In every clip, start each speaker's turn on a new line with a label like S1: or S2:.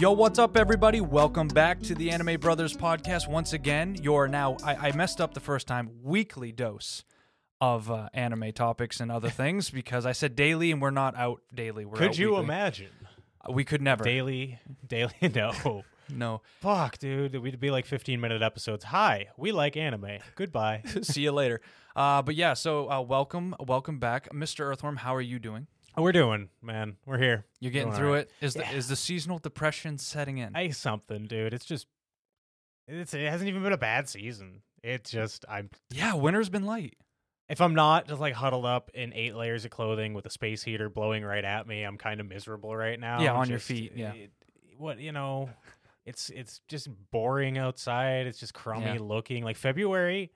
S1: Yo, what's up, everybody? Welcome back to the Anime Brothers podcast. Once again, you're now, I, I messed up the first time, weekly dose of uh, anime topics and other things because I said daily and we're not out daily. We're
S2: Could
S1: out
S2: you
S1: weekly.
S2: imagine
S1: We could never.
S2: daily, daily? No,
S1: No.
S2: fuck, dude, we'd be like fifteen-minute episodes. Hi, we like anime. Goodbye.
S1: See you later. Uh, but yeah, so uh, welcome, welcome back, Mr. Earthworm. How are you doing?
S2: We're doing, man. We're here.
S1: You're getting
S2: Doing all
S1: through
S2: right.
S1: it. Is the is the seasonal depression setting in?
S2: Hey, something, dude. It's just, it's, it hasn't even been a bad season. It's just, I'm
S1: yeah, winter's been light.
S2: if I'm not just like huddled up in eight layers of clothing with a space heater blowing right at me, I'm kind of miserable right now.
S1: Yeah, on your
S2: Just,
S1: feet, yeah.
S2: it- what you know, it's it's just boring outside. It's just crummy
S1: Yeah.
S2: looking. Like February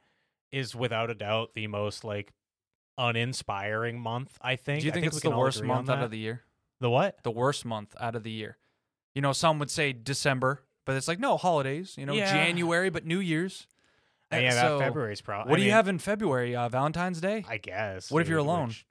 S2: is without a doubt the most like uninspiring month. I think.
S1: Do you
S2: I
S1: think,
S2: we
S1: it's the
S2: can all
S1: worst
S2: agree on
S1: month out
S2: that.
S1: of the year?
S2: the what?
S1: The worst month out of the year. You know, some would say December, but it's like no holidays. You know,
S2: Yeah.
S1: January, but New Year's.
S2: Uh,
S1: Uh,
S2: yeah,
S1: so,
S2: that February's probably.
S1: What do you have in February? Uh, Valentine's Day.
S2: I guess.
S1: What if you're
S2: dude,
S1: alone?
S2: which-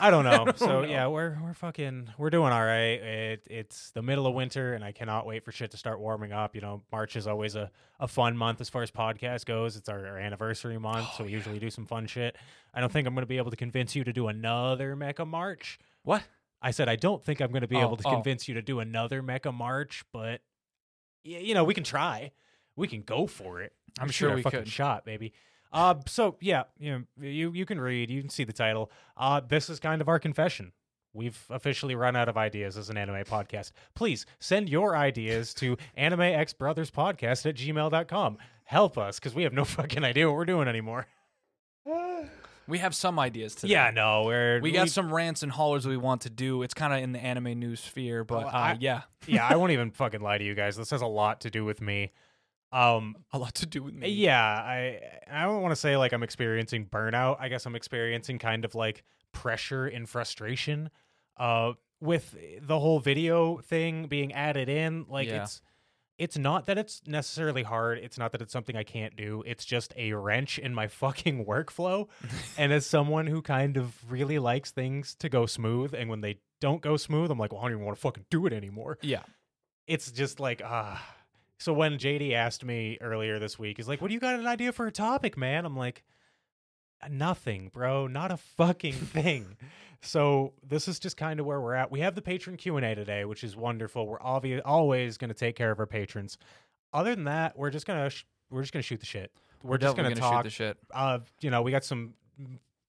S2: I don't know. I don't know.
S1: don't
S2: so
S1: know.
S2: yeah, we're we're fucking we're doing all right. It it's the middle of winter, and I cannot wait for shit to start warming up. You know, March is always a, a fun month as far as podcast goes. It's our, our anniversary month,
S1: Oh,
S2: so we usually do some fun shit. I don't think I'm gonna be able to convince you to do another Mecha March.
S1: What?
S2: I said I don't think I'm gonna be
S1: Oh,
S2: able to
S1: oh.
S2: convince you to do another Mecha March, but y- you know we can try. We can go for it.
S1: I'm
S2: Shoot
S1: sure
S2: our
S1: we
S2: fucking
S1: could.
S2: shot, baby. Uh, so yeah, you know, you you can read, you can see the title. Uh, this is kind of our confession. We've officially run out of ideas as an anime podcast. Please send your ideas to animexbrotherspodcast at gmail.com. Help us because we have no fucking idea what we're doing anymore.
S1: We have some ideas today.
S2: Yeah, no, we're
S1: We got some rants and hollers we want to do. It's kind of in the anime news sphere, but
S2: Oh,
S1: uh,
S2: I-
S1: yeah,
S2: yeah, I won't even fucking lie to you guys. This has a lot to do with me. Um,
S1: a lot to do with me.
S2: Yeah, I I don't want to say like I'm experiencing burnout. I guess I'm experiencing kind of like pressure and frustration uh with the whole video thing being added in like
S1: Yeah.
S2: it's it's not that it's necessarily hard. It's not that it's something I can't do. It's just a wrench in my fucking workflow. and as someone who kind of really likes things to go smooth and when they don't go smooth, I'm like, well, I don't even want to fucking do it anymore
S1: yeah.
S2: it's just like ah so when jd asked me earlier this week he's like what do you got an idea for a topic man i'm like "Uh, nothing bro not a fucking thing so this is just kind of where we're at we have the patron q&a today which is wonderful we're obvi- always going to take care of our patrons other than that we're just going to sh- we're just going to shoot the shit we're, just going
S1: definitely
S2: to
S1: gonna shoot
S2: talk
S1: the shit.
S2: uh, you know, we got some.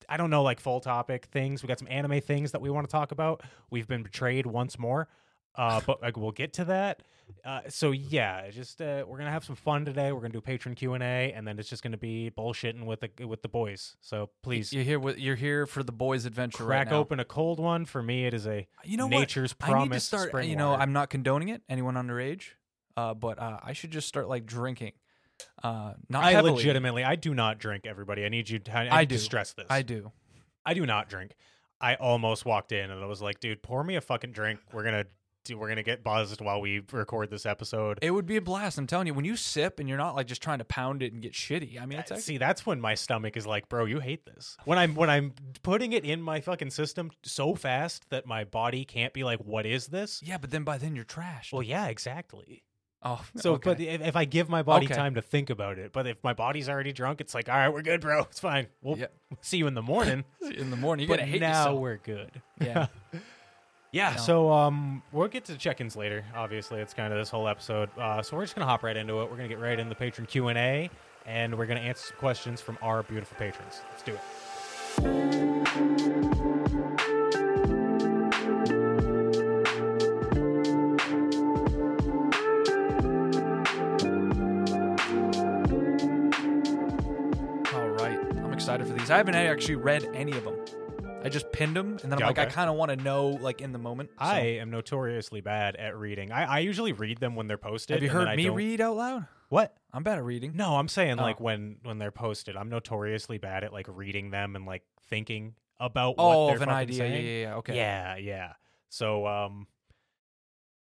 S2: I don't know, like full topic things. We got some anime things that we want to talk about. We've been betrayed once more, uh, but like we'll get to that. Uh, so yeah, just uh, we're gonna have some fun today. We're gonna do patron Q and A, and then it's just gonna be bullshitting with the with the boys. So please
S1: You're here. With, you're here for the boys' adventure. right
S2: crack
S1: now.
S2: open a cold one. For me, it is a
S1: You know what?
S2: nature's
S1: I
S2: promise.
S1: need to start.
S2: spring
S1: you know,
S2: water.
S1: I'm not condoning it. Anyone underage, uh, but uh, I should just start like drinking. Uh, not
S2: I
S1: heavily.
S2: legitimately, I do not drink. Everybody, I need you. To, I, need
S1: I do.
S2: to stress this.
S1: I do.
S2: I do not drink. I almost walked in and I was like, dude, pour me a fucking drink. We're gonna do we're gonna get buzzed while we record this episode.
S1: It would be a blast. I'm telling you. When you sip and you're not like just trying to pound it and get shitty. I mean, it's actually,
S2: See, that's when my stomach is like, bro, you hate this. When I'm when I'm putting it in my fucking system so fast that my body can't be like, what is this?
S1: yeah. But then by then you're trashed.
S2: Well, yeah, exactly.
S1: oh,
S2: So,
S1: okay.
S2: but if, if I give my body
S1: Okay.
S2: time to think about it, but if my body's already drunk, it's like, all right, we're good, bro. It's fine. We'll
S1: Yeah.
S2: see you in the morning.
S1: in the morning you're
S2: but
S1: gonna hate
S2: now
S1: yourself.
S2: we're good.
S1: yeah.
S2: Yeah,
S1: No.
S2: so um, we'll get to check-ins later. Obviously, it's kind of this whole episode. Uh, so we're just gonna hop right into it. We're gonna get right into the patron Q and A, and we're gonna answer some questions from our beautiful patrons. Let's do it.
S1: All right. I'm excited for these. I haven't actually read any of them. I just pinned them, and then I'm
S2: Yeah,
S1: like, I
S2: okay.
S1: kind of want to know, like, in the moment. So-
S2: I am notoriously bad at reading. I, I usually read them when they're posted.
S1: have you
S2: and then
S1: heard
S2: I
S1: me
S2: don't-
S1: read out loud?
S2: What?
S1: I'm bad at reading.
S2: No, I'm saying
S1: Oh.
S2: like when when they're posted. I'm notoriously bad at like reading them and like thinking about
S1: Oh,
S2: what they're
S1: of an
S2: fucking
S1: idea. Yeah,
S2: saying.
S1: yeah, yeah. Okay.
S2: Yeah, yeah. So, um,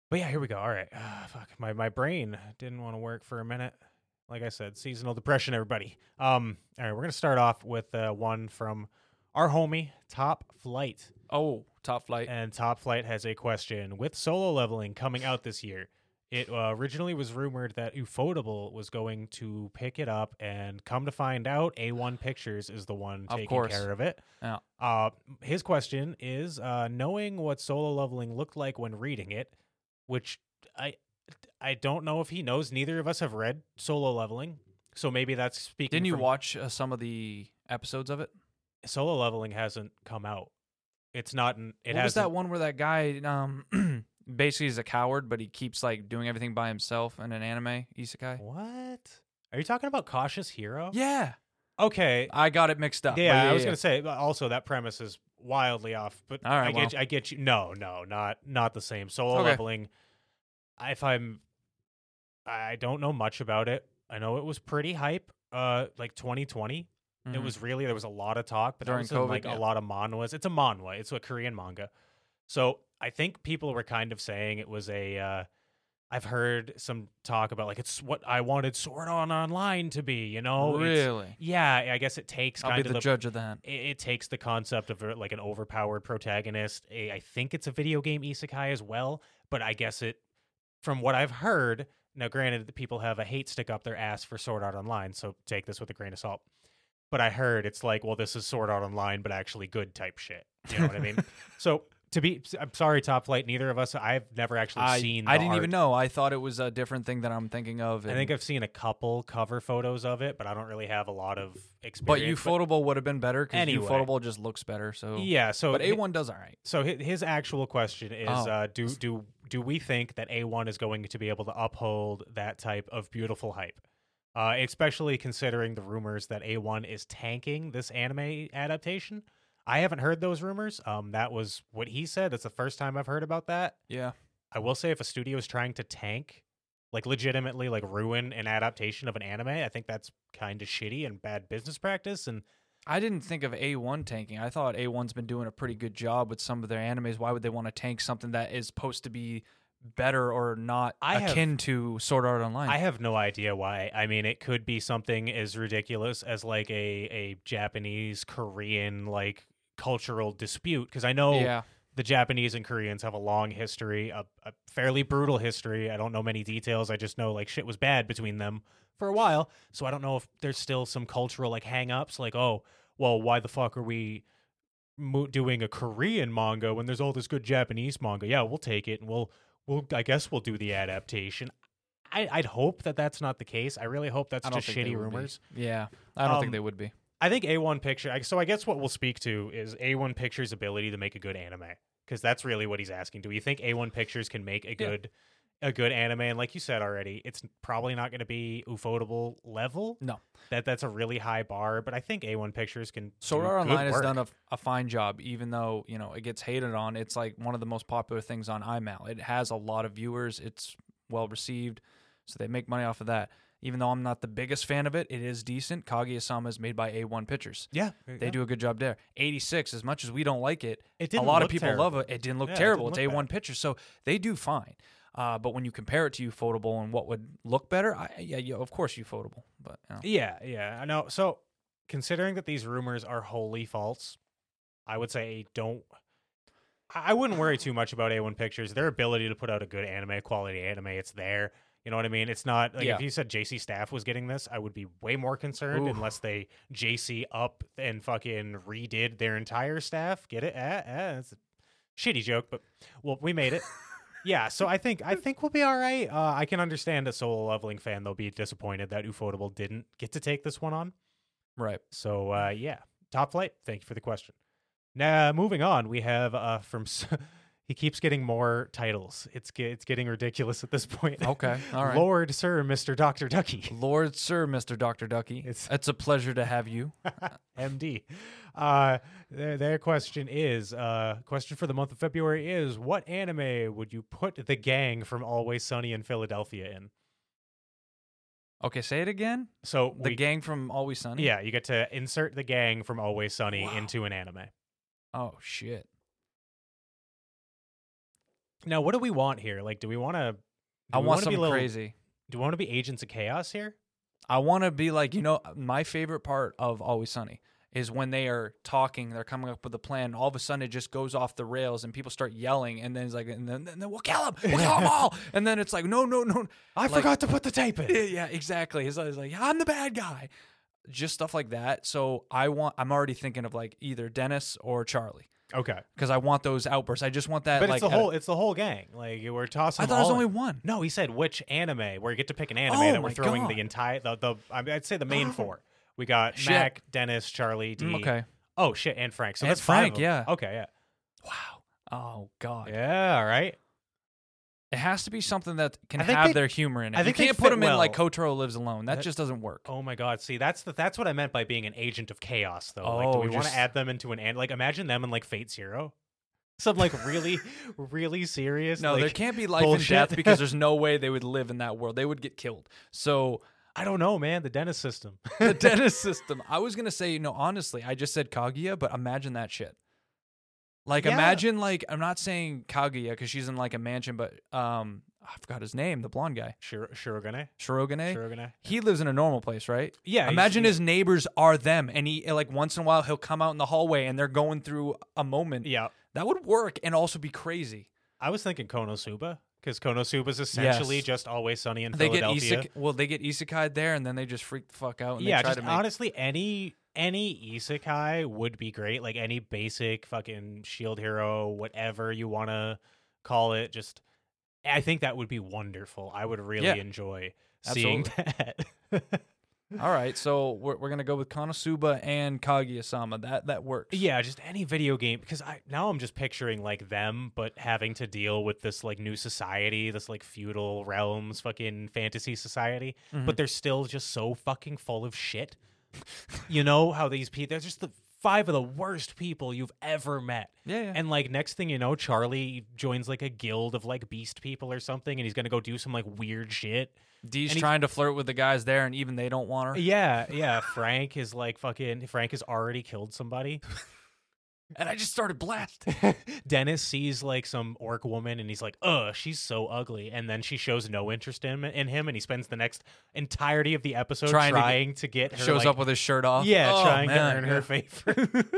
S2: but yeah, here we go. All right. Ah, fuck, my my brain didn't want to work for a minute. Like I said, seasonal depression, everybody. Um, all right, we're gonna start off with uh, one from our homie Top Flight.
S1: Oh, Top Flight.
S2: and Top Flight has a question with solo leveling coming out this year. It uh, originally was rumored that Ufotable was going to pick it up, and come to find out, A1 Pictures is the one
S1: Of
S2: taking
S1: course.
S2: care of it.
S1: Yeah.
S2: Uh, his question is uh, knowing what solo leveling looked like when reading it, which I I don't know if he knows. Neither of us have read solo leveling, so maybe that's speaking.
S1: Didn't you
S2: from-
S1: watch uh, some of the episodes of it?
S2: solo leveling hasn't come out? It's not. an- It
S1: what was
S2: has
S1: that one where that guy um basically is a coward, but he keeps like doing everything by himself in an anime isekai?
S2: What? Are you talking about Cautious Hero?
S1: Yeah, Uh,
S2: Okay.
S1: I got it mixed up. but
S2: yeah, I was gonna say. But also, that premise is wildly off. But
S1: All right,
S2: I get,
S1: well.
S2: you- I get you. No, no, not not the same. Solo
S1: Okay.
S2: leveling. I- If I'm, I don't know much about it. I know it was pretty hype. Uh, like 2020, it
S1: Mhm.
S2: was really there was a lot of talk, but there
S1: During
S2: was
S1: COVID,
S2: like
S1: yeah.
S2: a lot of manhwas. It's a manhwa. It's a Korean manga. So I think people were kind of saying it was a. Uh, I've heard some talk about like it's what I wanted Sword on Online to be. You know, oh, It's-
S1: really?
S2: yeah, I guess it takes
S1: I'll
S2: kind
S1: be
S2: of
S1: the, judge of that.
S2: it, it takes the concept of uh, like an overpowered protagonist. I I think it's a video game isekai as well, but I guess it, from what I've heard, now granted that people have a hate stick up their ass for Sword Art Online, so take this with a grain of salt. But I heard it's like, well, this is Sword Art Online, but actually good type shit. You know what I mean? So to be, I'm sorry, Top Flight. Neither of us. I've never actually
S1: I,
S2: seen.
S1: I
S2: the
S1: didn't
S2: art.
S1: even know. I thought it was a different thing that I'm thinking of.
S2: I
S1: and-
S2: think I've seen a couple cover photos of it, but I don't really have a lot of
S1: but
S2: experience.
S1: Ufotable would have been better because
S2: Anyway.
S1: Ufotable just looks better. So
S2: yeah, so
S1: but
S2: it-
S1: A1 does all right.
S2: So hi- his actual question is:
S1: Oh.
S2: uh, Do do do we think that A one is going to be able to uphold that type of beautiful hype, uh, especially considering the rumors that A one is tanking this anime adaptation? I haven't heard those rumors. Um, that was what he said. That's the first time I've heard about that.
S1: Yeah,
S2: I will say, if a studio is trying to tank, like legitimately, like ruin an adaptation of an anime, I think that's kind of shitty and bad business practice. And
S1: I didn't think of A1 tanking. I thought A1's been doing a pretty good job with some of their animes. Why would they want to tank something that is supposed to be better or not
S2: I have-
S1: akin to Sword Art Online?
S2: I have no idea why. I mean, it could be something as ridiculous as like a a Japanese Korean like cultural dispute because I know
S1: Oh. yeah,
S2: the Japanese and Koreans have a long history, a, a fairly brutal history. I don't know many details. I just know like shit was bad between them for a while. So I don't know if there's still some cultural like hang-ups like, "Oh, well, why the fuck are we mo- doing a Korean manga when there's all this good Japanese manga?" Yeah, we'll take it and we'll we'll I guess we'll do the adaptation. I, I'd hope that that's not the case. I really hope that's
S1: I don't
S2: just
S1: think they
S2: shitty
S1: would be.
S2: rumors.
S1: yeah. I don't
S2: Um,
S1: think they would be.
S2: I think A1 Picture. I- So I guess what we'll speak to is A1 Pictures' ability to make a good anime, because that's really what he's asking. Do you think A1 Pictures can make a good, a good anime? And like you said already, it's probably not going to be ufotable level.
S1: No.
S2: that that's a really high bar. But I think A1 Pictures can.
S1: Sword
S2: do
S1: Art
S2: good
S1: Online has
S2: work.
S1: done a, a fine job, even though you know it gets hated on. It's like one of the most popular things on iMal. It has a lot of viewers. It's well received, so they make money off of that. Even though I'm not the biggest fan of it, it is decent. Kaguya-sama is made by A1 Pictures.
S2: yeah,
S1: They do a good job there. 86, as much as we don't like it,
S2: It
S1: a
S2: didn't
S1: lot of
S2: look
S1: people
S2: terrible.
S1: love it. It didn't look
S2: Yeah, it
S1: terrible.
S2: didn't
S1: it's
S2: look
S1: A1 Pictures, so they do fine. Uh, but when you compare it to Ufotable and what would look better, I, yeah, yeah, of course Ufotable. But you know.
S2: Yeah, yeah, I know. So, considering that these rumors are wholly false, I would say don't. I I wouldn't worry too much about A1 Pictures. Their ability to put out a good anime, quality anime, it's there. You know what I mean? It's not like
S1: Yeah.
S2: if you said JC Staff was getting this, I would be way more concerned
S1: Ooh.
S2: unless they JC up and fucking redid their entire staff. Get it? Ah, ah, it's a shitty joke, but well, we made it. Yeah, so I think I think we'll be all right. Uh, I can understand a solo leveling fan they'll be disappointed that Ufotable didn't get to take this one on.
S1: right.
S2: So uh,
S1: Mm.
S2: yeah, top flight. Thank you for the question. Now moving on, we have uh, from s- he keeps getting more titles. It's ge- it's getting ridiculous at this point.
S1: Okay. Oh, All right.
S2: Lord Sir Mister Doctor Ducky,
S1: Lord Sir, Mr. Dr. Ducky, it's,
S2: It's-
S1: a pleasure to have you.
S2: MD. Uh, their, their question is uh, question for the month of February is what anime would you put the gang from Always Sunny in Philadelphia in?
S1: Okay, say it again.
S2: So
S1: The
S2: we-
S1: gang from Always Sunny?
S2: Yeah, you get to insert the gang from Always Sunny
S1: Wow.
S2: into an anime.
S1: Oh, shit.
S2: Now, what do we want here? Like, do we want to?
S1: I want something crazy.
S2: Do we want to be agents of chaos here?
S1: I want to be like, you know, my favorite part of Always Sunny is when they are talking, they're coming up with a plan. All of a sudden, it just goes off the rails, and people start yelling, and then it's like, and then, and then we'll kill him, we'll kill 'em all, and then it's like, no, no, no,
S2: I
S1: Like-
S2: forgot to put the tape in.
S1: yeah, yeah, exactly. It's always like I'm the bad guy, just stuff like that. So I want, I'm already thinking of like either Dennis or Charlie
S2: Okay,
S1: because I want those outbursts. I just want that.
S2: but
S1: like
S2: it's the
S1: out of-
S2: whole it's the whole gang. Like we're tossing.
S1: I
S2: them
S1: thought it was
S2: all in.
S1: only one.
S2: No, he said which anime where you get to pick an anime
S1: Oh
S2: that we're
S1: my
S2: throwing
S1: God. Oh.
S2: the entire the, the I mean, I'd say the main four. We got
S1: Shit.
S2: Mac, Dennis, Charlie, D.
S1: Mm, okay.
S2: Oh shit, and Frank. So
S1: And
S2: that's five
S1: Frank,
S2: of
S1: yeah.
S2: them. Okay.
S1: Wow. Oh God.
S2: Yeah. Yeah. All right.
S1: It has to be something that can
S2: I think
S1: have
S2: they-
S1: their humor in it.
S2: I think
S1: you
S2: they
S1: can't put
S2: fit
S1: them in like
S2: well.
S1: Kotaro lives alone. That,
S2: That-
S1: just doesn't work.
S2: Oh my God. See, that's the that's what I meant by being an agent of chaos, though. like,
S1: Oh,
S2: do we want
S1: just-
S2: to add them into an and like imagine them in like Fate Zero? Some like really, really serious.
S1: no,
S2: like,
S1: there can't be life and
S2: bullshit.
S1: death because there's no way they would live in that world. They would get killed. So
S2: I don't know, man. The dentist system.
S1: the dentist system. I was gonna say, you know, honestly, I just said Kaguya, but imagine that shit. Like,
S2: Yeah.
S1: imagine like I'm not saying Kaguya because she's in like a mansion, but um, I forgot his name, the blonde guy,
S2: Shiro- Shirogane.
S1: Shirogane.
S2: Shirogane.
S1: He lives in a normal place, right?
S2: Yeah. he's-
S1: Imagine
S2: yeah.
S1: his neighbors are them, and he like once in a while he'll come out in the hallway and they're going through a moment.
S2: Yeah.
S1: That would work and also be crazy.
S2: I was thinking Konosuba because Konosuba is essentially
S1: Yes.
S2: just always sunny in
S1: They get
S2: Philadelphia.
S1: isekai. Well, they get isekai there, and then they just freak the fuck out. And
S2: yeah,
S1: they try
S2: just
S1: to make,
S2: honestly, any any isekai would be great. Like any basic fucking shield hero, whatever you want to call it. Just, I think that would be wonderful. I would really
S1: Yeah.
S2: enjoy seeing that.
S1: All right, so we're, we're gonna go with Konosuba and Kaguya-sama. That that works.
S2: yeah, just any video game because I now I'm just picturing like them, but having to deal with this like new society, this like feudal realms, fucking fantasy society.
S1: Mhm.
S2: but they're still just so fucking full of shit. you know how these people, they're just the five of the worst people you've ever met.
S1: yeah, yeah.
S2: And like next thing you know, Charlie joins like a guild of like beast people or something and he's going to go do some like weird shit.
S1: Dee's
S2: and he-
S1: trying to flirt with the guys there, and even they don't want her
S2: Yeah, yeah, Frank is like fucking Frank has already killed somebody.
S1: and I just started blasting.
S2: Dennis sees like some orc woman and he's like, "Ugh, she's so ugly." And then she shows no interest in, in him and he spends the next entirety of the episode
S1: Trying
S2: trying,
S1: to get-
S2: to get, her
S1: Shows
S2: like,
S1: up with his shirt off.
S2: Yeah,
S1: Oh,
S2: trying
S1: man.
S2: to earn her favor.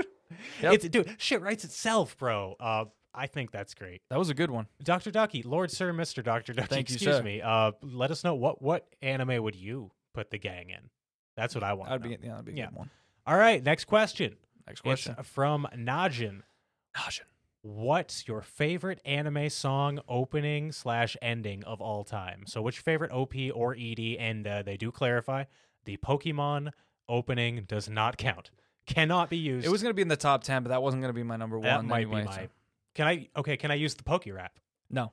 S1: Yep.
S2: It's dude, shit writes itself, bro. Uh, I think that's great.
S1: That was a good one.
S2: Doctor Ducky, Lord Sir, Mister Doctor Ducky.
S1: Thank you,
S2: excuse
S1: sir.
S2: me. Uh, let us know what what anime would you put the gang in? That's what I want.
S1: I'd be yeah, that'd be a
S2: Yeah.
S1: good one.
S2: All right, next question.
S1: Next
S2: It's
S1: question.
S2: from Najin.
S1: Najin.
S2: What's your favorite anime song opening slash ending of all time? So, what's your favorite OP or ED? And uh, they do clarify the Pokemon opening does not count, cannot be used.
S1: It was gonna be in the top ten, but that wasn't gonna be my number
S2: That
S1: one
S2: might
S1: anyway.
S2: be
S1: so-
S2: my. Can I? Okay, can I use the Poke Rap?
S1: No.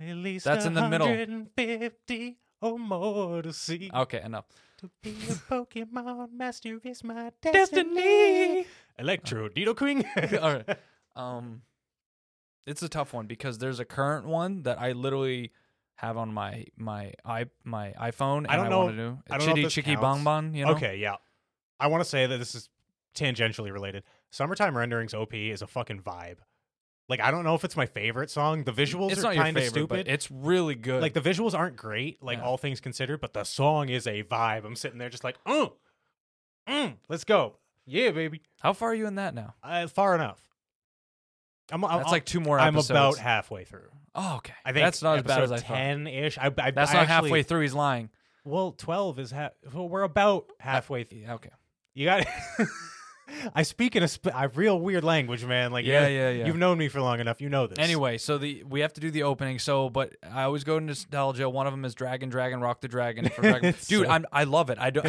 S2: At least
S1: That's in the middle. Uh,
S2: 150 or more to see.
S1: Okay, enough.
S2: To be a Pokemon master is my destiny. Electro Dito Queen.
S1: All right. Um, it's a tough one because there's a current one that I literally have on my my i my iPhone. And
S2: I don't
S1: I
S2: know-
S1: want to do
S2: I don't know if
S1: Chitty
S2: this
S1: Chicky
S2: counts.
S1: Bong Bong. You know.
S2: Okay, yeah. I want to say that this is tangentially related. Summertime Renderings OP is a fucking vibe. Like I don't know if it's my favorite song. The visuals
S1: It's
S2: are
S1: not your
S2: kind of
S1: favorite,
S2: stupid.
S1: but it's really good.
S2: like the visuals aren't great, like
S1: Yeah.
S2: all things considered, but the song is a vibe. I'm sitting there just like, mm, mm, let's go, yeah, baby,
S1: How far are you in that now?
S2: uh, far enough. I'm, I'm
S1: That's like two more.
S2: I'm
S1: episodes.
S2: about halfway through.
S1: Oh, okay.
S2: I think
S1: that's not as bad as I thought.
S2: ten ish. I,
S1: That's
S2: I, I
S1: not
S2: actually,
S1: halfway through. He's lying.
S2: Well, twelve is half. Well, we're about halfway. through.
S1: Yeah, okay.
S2: You got. I speak in a sp- I have real weird language, man. Like
S1: Yeah,
S2: you-
S1: yeah, yeah.
S2: You've known me for long enough. You know this.
S1: Anyway, so the we have to do the opening. So, but I always go into nostalgia. One of them is Dragon, Dragon, Rock the Dragon. For Dragon. Dude,
S2: It's so-
S1: I'm, I love it. I do,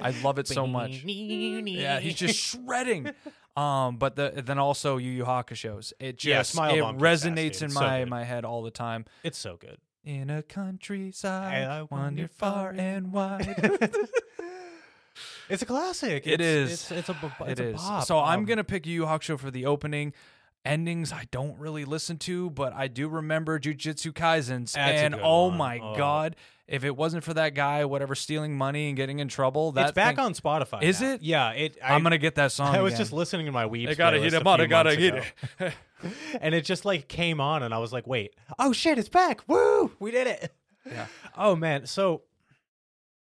S1: I love it so much. Yeah,
S2: Yeah,
S1: he's just shredding. Um, but the then also Yu Yu Hakusho's. It
S2: Yeah,
S1: just
S2: Smile
S1: it
S2: Bomb kicks ass,
S1: resonates
S2: dude.
S1: in
S2: So
S1: my
S2: good.
S1: my head all the time.
S2: It's so good.
S1: In a countryside,
S2: I
S1: I
S2: wander
S1: wander
S2: far
S1: far and wide.
S2: It's a classic.
S1: It
S2: it's,
S1: is.
S2: It's, it's a. bu-
S1: it
S2: It's a
S1: is.
S2: bop.
S1: So I'm
S2: Um,
S1: gonna pick Yu Yu Hakusho for the opening. Endings I don't really listen to, but I do remember Jujutsu Kaisen's.
S2: That's a
S1: and
S2: good
S1: oh
S2: one.
S1: my
S2: Oh.
S1: god, if it wasn't for that guy, whatever, stealing money and getting in trouble, that's
S2: It's back on Spotify.
S1: Is
S2: now.
S1: it?
S2: Yeah. It. I,
S1: I'm gonna get that song.
S2: I was
S1: again.
S2: just listening to my weeb.
S1: I gotta hit him out. I gotta hit it.
S2: and it just like came on, and I was like, "Wait, oh shit, it's back! Woo, we did it!"
S1: Yeah.
S2: Oh man. So,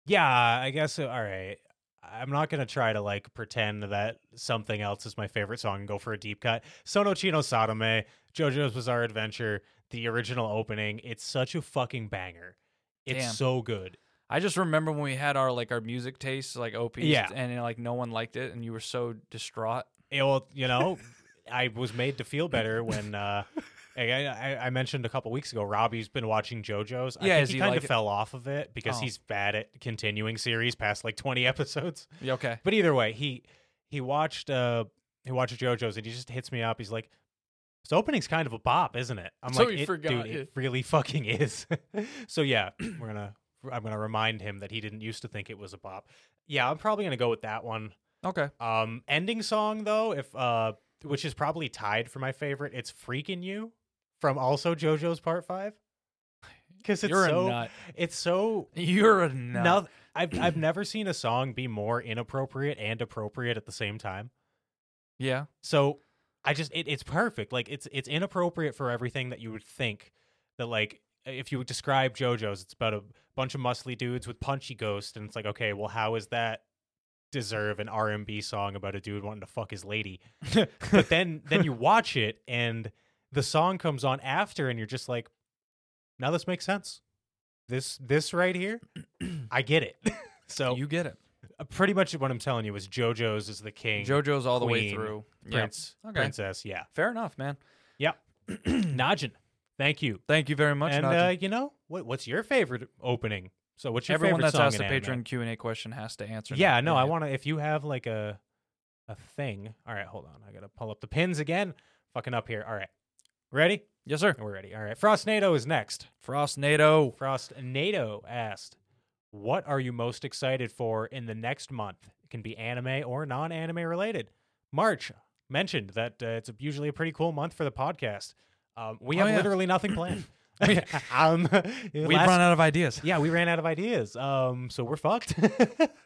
S2: yeah, I guess. uh, All right. Uh, I'm not gonna try to like pretend that something else is my favorite song and go for a deep cut. Sono Chino Sadome, JoJo's Bizarre Adventure, the original opening. It's such a fucking banger. It's
S1: Damn.
S2: so good.
S1: I just remember when we had our like our music tastes, like OPs,
S2: Yeah.
S1: and like no one liked it, and you were so distraught.
S2: It, well, you know, I was made to feel better when uh, I, I, I mentioned a couple weeks ago. Robbie's been watching JoJo's. I
S1: Yeah,
S2: think
S1: is
S2: he,
S1: he
S2: kind
S1: like
S2: of
S1: it?
S2: fell off of it because
S1: Oh.
S2: he's bad at continuing series past like 20 episodes.
S1: Yeah, okay.
S2: But either way, he he watched uh he watched JoJo's and he just hits me up. He's like, "This opening's kind of a bop, isn't it?" I'm
S3: So
S2: like,
S3: he
S2: "It-
S3: forgot,
S2: "Dude,
S3: yeah."
S2: it really fucking is." so yeah, we're gonna I'm gonna remind him that he didn't used to think it was a bop. Yeah, I'm probably gonna go with that one.
S1: Okay.
S2: Um, ending song though, if uh, which is probably tied for my favorite. It's "Freaking You" from also JoJo's Part Five. Because it's
S1: You're
S2: so
S1: a nut.
S2: it's so
S1: You're a nut.
S2: no, I've I've never seen a song be more inappropriate and appropriate at the same time.
S1: yeah.
S2: So I just it, it's perfect. Like it's it's inappropriate for everything that you would think that like if you would describe JoJo's, it's about a bunch of muscly dudes with punchy ghosts, and it's like okay, well, how is that? deserve an R&B song about a dude wanting to fuck his lady. but then then you watch it and the song comes on after and you're just like now this makes sense. This this right here, I get it. so
S1: You get it.
S2: uh, pretty much what I'm telling you is JoJo's is the king.
S1: JoJo's all the way
S2: Queen,
S1: through. Yeah.
S2: Prince,
S1: Okay.
S2: princess, yeah.
S1: Fair enough, man.
S2: Najin, thank you.
S1: Thank you very much.
S2: and
S1: Najee.
S2: uh, you know what? What's your favorite opening? So what's your
S1: Everyone
S2: favorite
S1: that's
S2: song
S1: asked
S2: in
S1: the
S2: anime?
S1: patron Q and A question has to answer. now.
S2: Yeah, no, I want to. If you have like a a thing, all right, hold on, I gotta pull up the pins again. Fucking up here. All right, ready?
S1: Yes, sir.
S2: We're ready. All right, Frost NATO is next.
S1: Frost NATO.
S2: Frost NATO asked, "What are you most excited for in the next month? It can be anime or non-anime related." March mentioned that uh, it's usually a pretty cool month for the podcast. Um, we
S1: Oh,
S2: have
S1: yeah.
S2: literally nothing planned. um,
S1: We've run out of ideas.
S2: yeah, we ran out of ideas. Um, so we're fucked.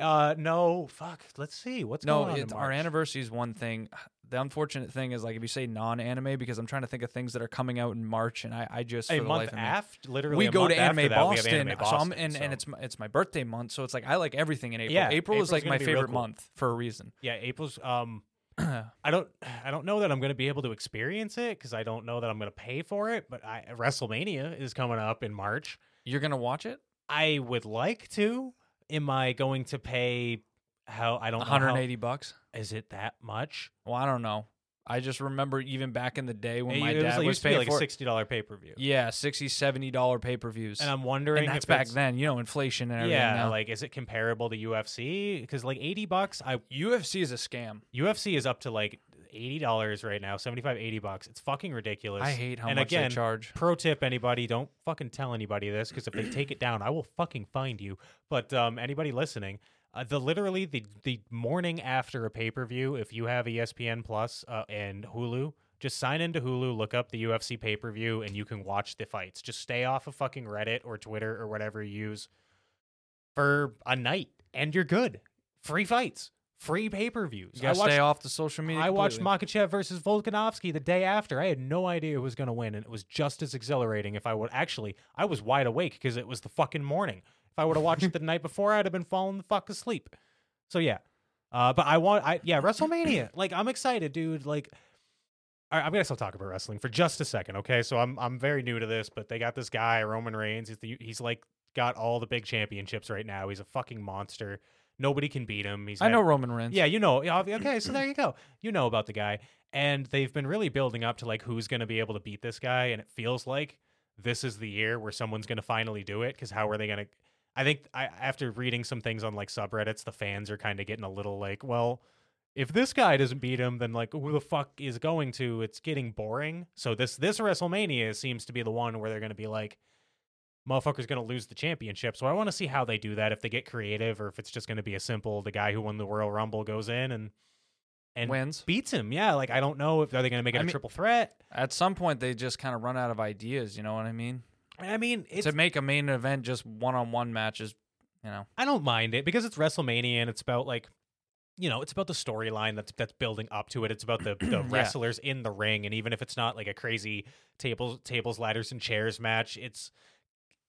S2: uh, no, fuck. Let's see what's
S1: No,
S2: going on. in
S1: it's, our
S2: March?
S1: anniversary is one thing. The unfortunate thing is like if you say non-anime, because I'm trying to think of things that are coming out in March, and I, I just
S2: a
S1: for the
S2: month
S1: life of me,
S2: after, literally,
S1: we
S2: a
S1: go
S2: month
S1: to
S2: after
S1: anime
S2: that, we
S1: Boston,
S2: have Anime
S1: so I'm,
S2: Boston,
S1: and, and
S2: so-
S1: it's my, it's my birthday month, so it's like I like everything in April.
S2: Yeah,
S1: April
S2: April's
S1: is like
S2: gonna
S1: my
S2: be real
S1: favorite
S2: cool.
S1: month for a reason.
S2: yeah, April's. Um, I don't, I don't know that I'm going to be able to experience it because I don't know that I'm going to pay for it. But I, WrestleMania is coming up in March.
S1: You're gonna watch it?
S2: I would like to. Am I going to pay? How I don't know how-
S1: 180 bucks?
S2: is it that much?
S1: Well, I don't know. I just remember even back in the day when
S2: it,
S1: my
S2: it was
S1: dad
S2: like,
S1: was
S2: used to be
S1: paying
S2: like a
S1: for it.
S2: sixty dollar pay per view,
S1: Yeah, 60 70 dollar pay-per-views.
S2: and I'm wondering
S1: and that's
S2: if
S1: back
S2: it's-
S1: then, you know, inflation and everything.
S2: yeah,
S1: now.
S2: like is it comparable to UFC? Because like eighty bucks, I
S1: UFC is a scam.
S2: UFC is up to like eighty dollars right now, 75, 80 bucks. It's fucking ridiculous.
S1: I hate how
S2: and
S1: much
S2: again,
S1: they charge.
S2: Pro tip, anybody, don't fucking tell anybody this because if they take it down, I will fucking find you. But um, anybody listening, uh, the literally the the morning after a pay per view, if you have E ESPN Plus uh, and Hulu. Just sign into Hulu, look up the UFC pay per view, and you can watch the fights. Just stay off of fucking Reddit or Twitter or whatever you use for a night, and you're good. Free fights, free pay per views.
S1: You gotta
S2: I watched
S1: stay off the social media.
S2: I watched
S1: completely.
S2: Makachev versus Volkanovski the day after. I had no idea who was going to win, and it was just as exhilarating. If I would actually, I was wide awake because it was the fucking morning. If I would have watched it the night before, I'd have been falling the fuck asleep. So yeah, uh, but I want, I yeah, WrestleMania. like I'm excited, dude. Like. All right, I'm gonna still talk about wrestling for just a second, okay? So I'm I'm very new to this, but they got this guy Roman Reigns. He's the, he's like got all the big championships right now. He's a fucking monster. Nobody can beat him. He's
S1: I
S2: had-
S1: know Roman Reigns.
S2: yeah, you know. yeah, Okay, so there you go. You know about the guy. And they've been really building up to like who's going to be able to beat this guy. And it feels like this is the year where someone's going to finally do it. Cause how are they going to? I think I, after reading some things on like subreddits, the fans are kind of getting a little like, well, if this guy doesn't beat him, then like who the fuck is going to? It's getting boring. So this this WrestleMania seems to be the one where they're going to be like, motherfucker's going to lose the championship. So I want to see how they do that if they get creative or if it's just going to be a simple the guy who won the Royal Rumble goes in and and
S1: wins.
S2: beats him. Yeah, like I don't know if are they going to make it
S1: I
S2: a
S1: mean-
S2: triple threat.
S1: At some point, they just kind of run out of ideas. You know what I mean?
S2: And I mean, it's
S1: to make a main event just one-on-one matches, you know.
S2: I don't mind it because it's WrestleMania and it's about like you know, it's about the storyline that's that's building up to it. It's about the, the wrestlers in the ring and even if it's not like a crazy tables tables ladders and chairs match, it's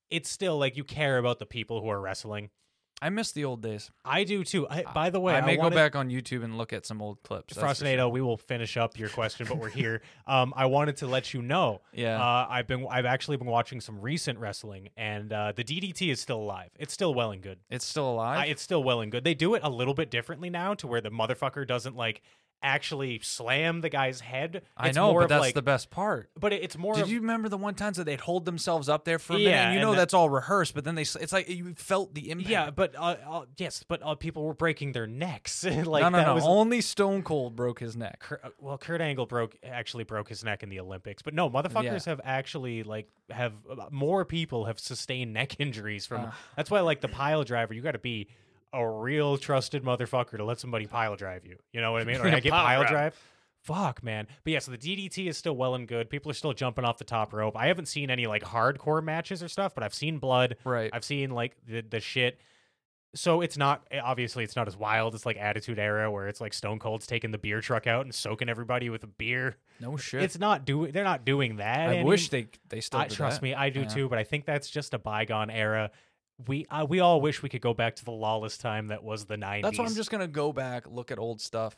S2: it's still like you care about the people who are wrestling.
S1: I miss the old days.
S2: I do too. I, by the way,
S1: I may go
S2: wanted-
S1: back on YouTube and look at some old clips. that's for sure.
S2: Frostnado, we will finish up your question, but we're here. um, I wanted to let you know.
S1: Yeah.
S2: Uh, I've been I've actually been watching some recent wrestling, and uh, the DDT is still alive. It's still well and good.
S1: It's still
S2: I,
S1: alive.
S2: it's still well and good. They do it a little bit differently now, to where the motherfucker doesn't like actually slam the guy's head.
S1: I,
S2: It's
S1: know,
S2: more
S1: but
S2: of,
S1: that's
S2: like,
S1: the best part.
S2: But it- it's more.
S1: Did
S2: of,
S1: you remember the one times that they'd hold themselves up there for a minute?
S2: Yeah,
S1: And you
S2: and
S1: know
S2: that-
S1: that's all rehearsed, but then they s- it's like you felt the impact.
S2: Yeah, but uh, uh, yes, but uh, people were breaking their necks. like
S1: no, no,
S2: that
S1: no.
S2: was
S1: Only Stone Cold broke his neck.
S2: Kurt, uh, well, Kurt Angle broke actually broke his neck in the Olympics, but no, motherfuckers have actually like have uh, more people have sustained neck injuries from.
S1: Uh.
S2: That's why like the pile driver, you got to be a real trusted motherfucker to let somebody pile drive you. You know what I mean? Or I get
S1: Pile
S2: pile
S1: drive.
S2: drive. Fuck, man. But yeah, so the DDT is still well and good. People are still jumping off the top rope. I haven't seen any like hardcore matches or stuff, but I've seen blood.
S1: Right.
S2: I've seen like the the shit. So it's not eh, obviously it's not as wild. It's like Attitude Era where it's like Stone Cold's taking the beer truck out and soaking everybody with a beer.
S1: No shit.
S2: It's not doing. They're not doing that.
S1: I
S2: any-
S1: wish they they still
S2: I,
S1: did
S2: trust
S1: that.
S2: me, I do
S1: Yeah.
S2: too. But I think that's just a bygone era. We uh, we all wish we could go back to the lawless time that was the nineties.
S1: That's why I'm just gonna go back, look at old stuff,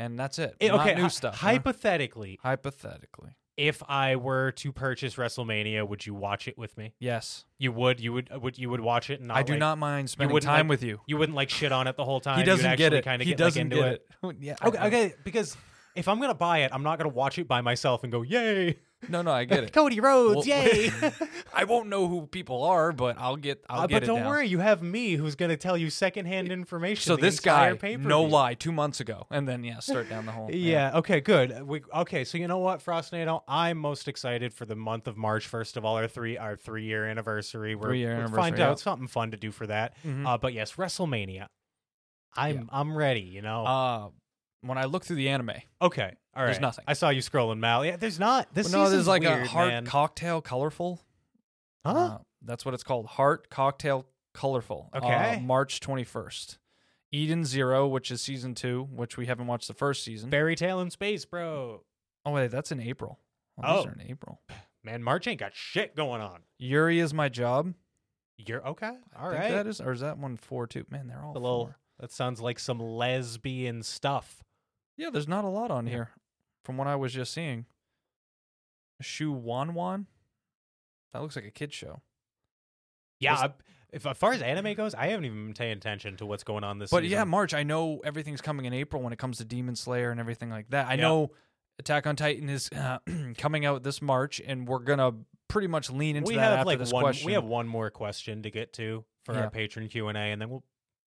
S1: and that's it.
S2: Eh,
S1: Not
S2: okay.
S1: new
S2: hy-
S1: stuff. huh?
S2: Hypothetically,
S1: Hypothetically,
S2: if I were to purchase WrestleMania, would you watch it with me?
S1: yes.
S2: You would. You would. uh, Would you would watch it? And not
S1: I do
S2: like-
S1: not mind spending
S2: wouldn't,
S1: time Uh,
S2: like,
S1: with you.
S2: You wouldn't like shit on it the whole time.
S1: He
S2: You'd
S1: doesn't get
S2: actually
S1: it.
S2: Kinda
S1: he
S2: get, like,
S1: doesn't
S2: into
S1: get it. yeah. I
S2: Okay,
S1: know.
S2: okay, because if I'm gonna buy it, I'm not gonna watch it by myself and go, "Yay,
S1: No, no, I get it.
S2: Cody
S1: Well,
S2: Rhodes, yay!"
S1: I won't know who people are, but I'll get. I'll
S2: Uh,
S1: get
S2: but
S1: it
S2: don't
S1: down.
S2: worry, you have me who's gonna tell you secondhand information.
S1: So
S2: the
S1: this
S2: entire
S1: guy,
S2: pay-per-view.
S1: no lie, two months ago, and then yeah, start down the whole.
S2: Yeah. Okay. Good. We, okay. So you know what, Frostnado? I'm most excited for the month of March. First of all, our three our three year anniversary. We're,
S1: Three-year
S2: we'll Find
S1: anniversary, yeah.
S2: out something fun to do for that.
S1: Mhm.
S2: Uh, but yes, WrestleMania. I'm I'm ready. You know.
S1: Uh, when I look through the anime,
S2: okay. All right.
S1: there's nothing.
S2: I saw you scrolling, Mal. Yeah. There's not. This
S1: no, there's
S2: season's
S1: like a
S2: weird,
S1: heart
S2: man.
S1: cocktail colorful.
S2: Huh?
S1: Uh, that's what it's called. Heart Cocktail Colorful. uh,
S2: Okay.
S1: March 21st. Eden Zero, which is season two, which we haven't watched the first season.
S2: Fairy tale in space, bro.
S1: oh, wait, that's in April. Oh, these
S2: Oh.
S1: are in April.
S2: Man, March ain't got shit going on.
S1: Yuri is my job.
S2: You're okay.
S1: I
S2: All
S1: think
S2: right.
S1: That is, or is that one four, too? Man, they're all
S2: a little.
S1: four.
S2: That sounds like some lesbian stuff.
S1: Yeah, there's not a lot on
S2: Yeah.
S1: here from what I was just seeing. Shu Wan Wan? That looks like a kid show.
S2: Yeah.
S1: There's-
S2: I- if, as far as anime goes, I haven't even been paying attention to what's going on this
S1: But
S2: season.
S1: yeah, March. I know everything's coming in April when it comes to Demon Slayer and everything like that. I
S2: Yeah.
S1: know Attack on Titan is uh, coming out this March, and we're gonna pretty much lean into
S2: we
S1: that
S2: have
S1: after
S2: like
S1: this
S2: one.
S1: question.
S2: We have one more question to get to for
S1: Yeah.
S2: our patron Q and A, and then we'll.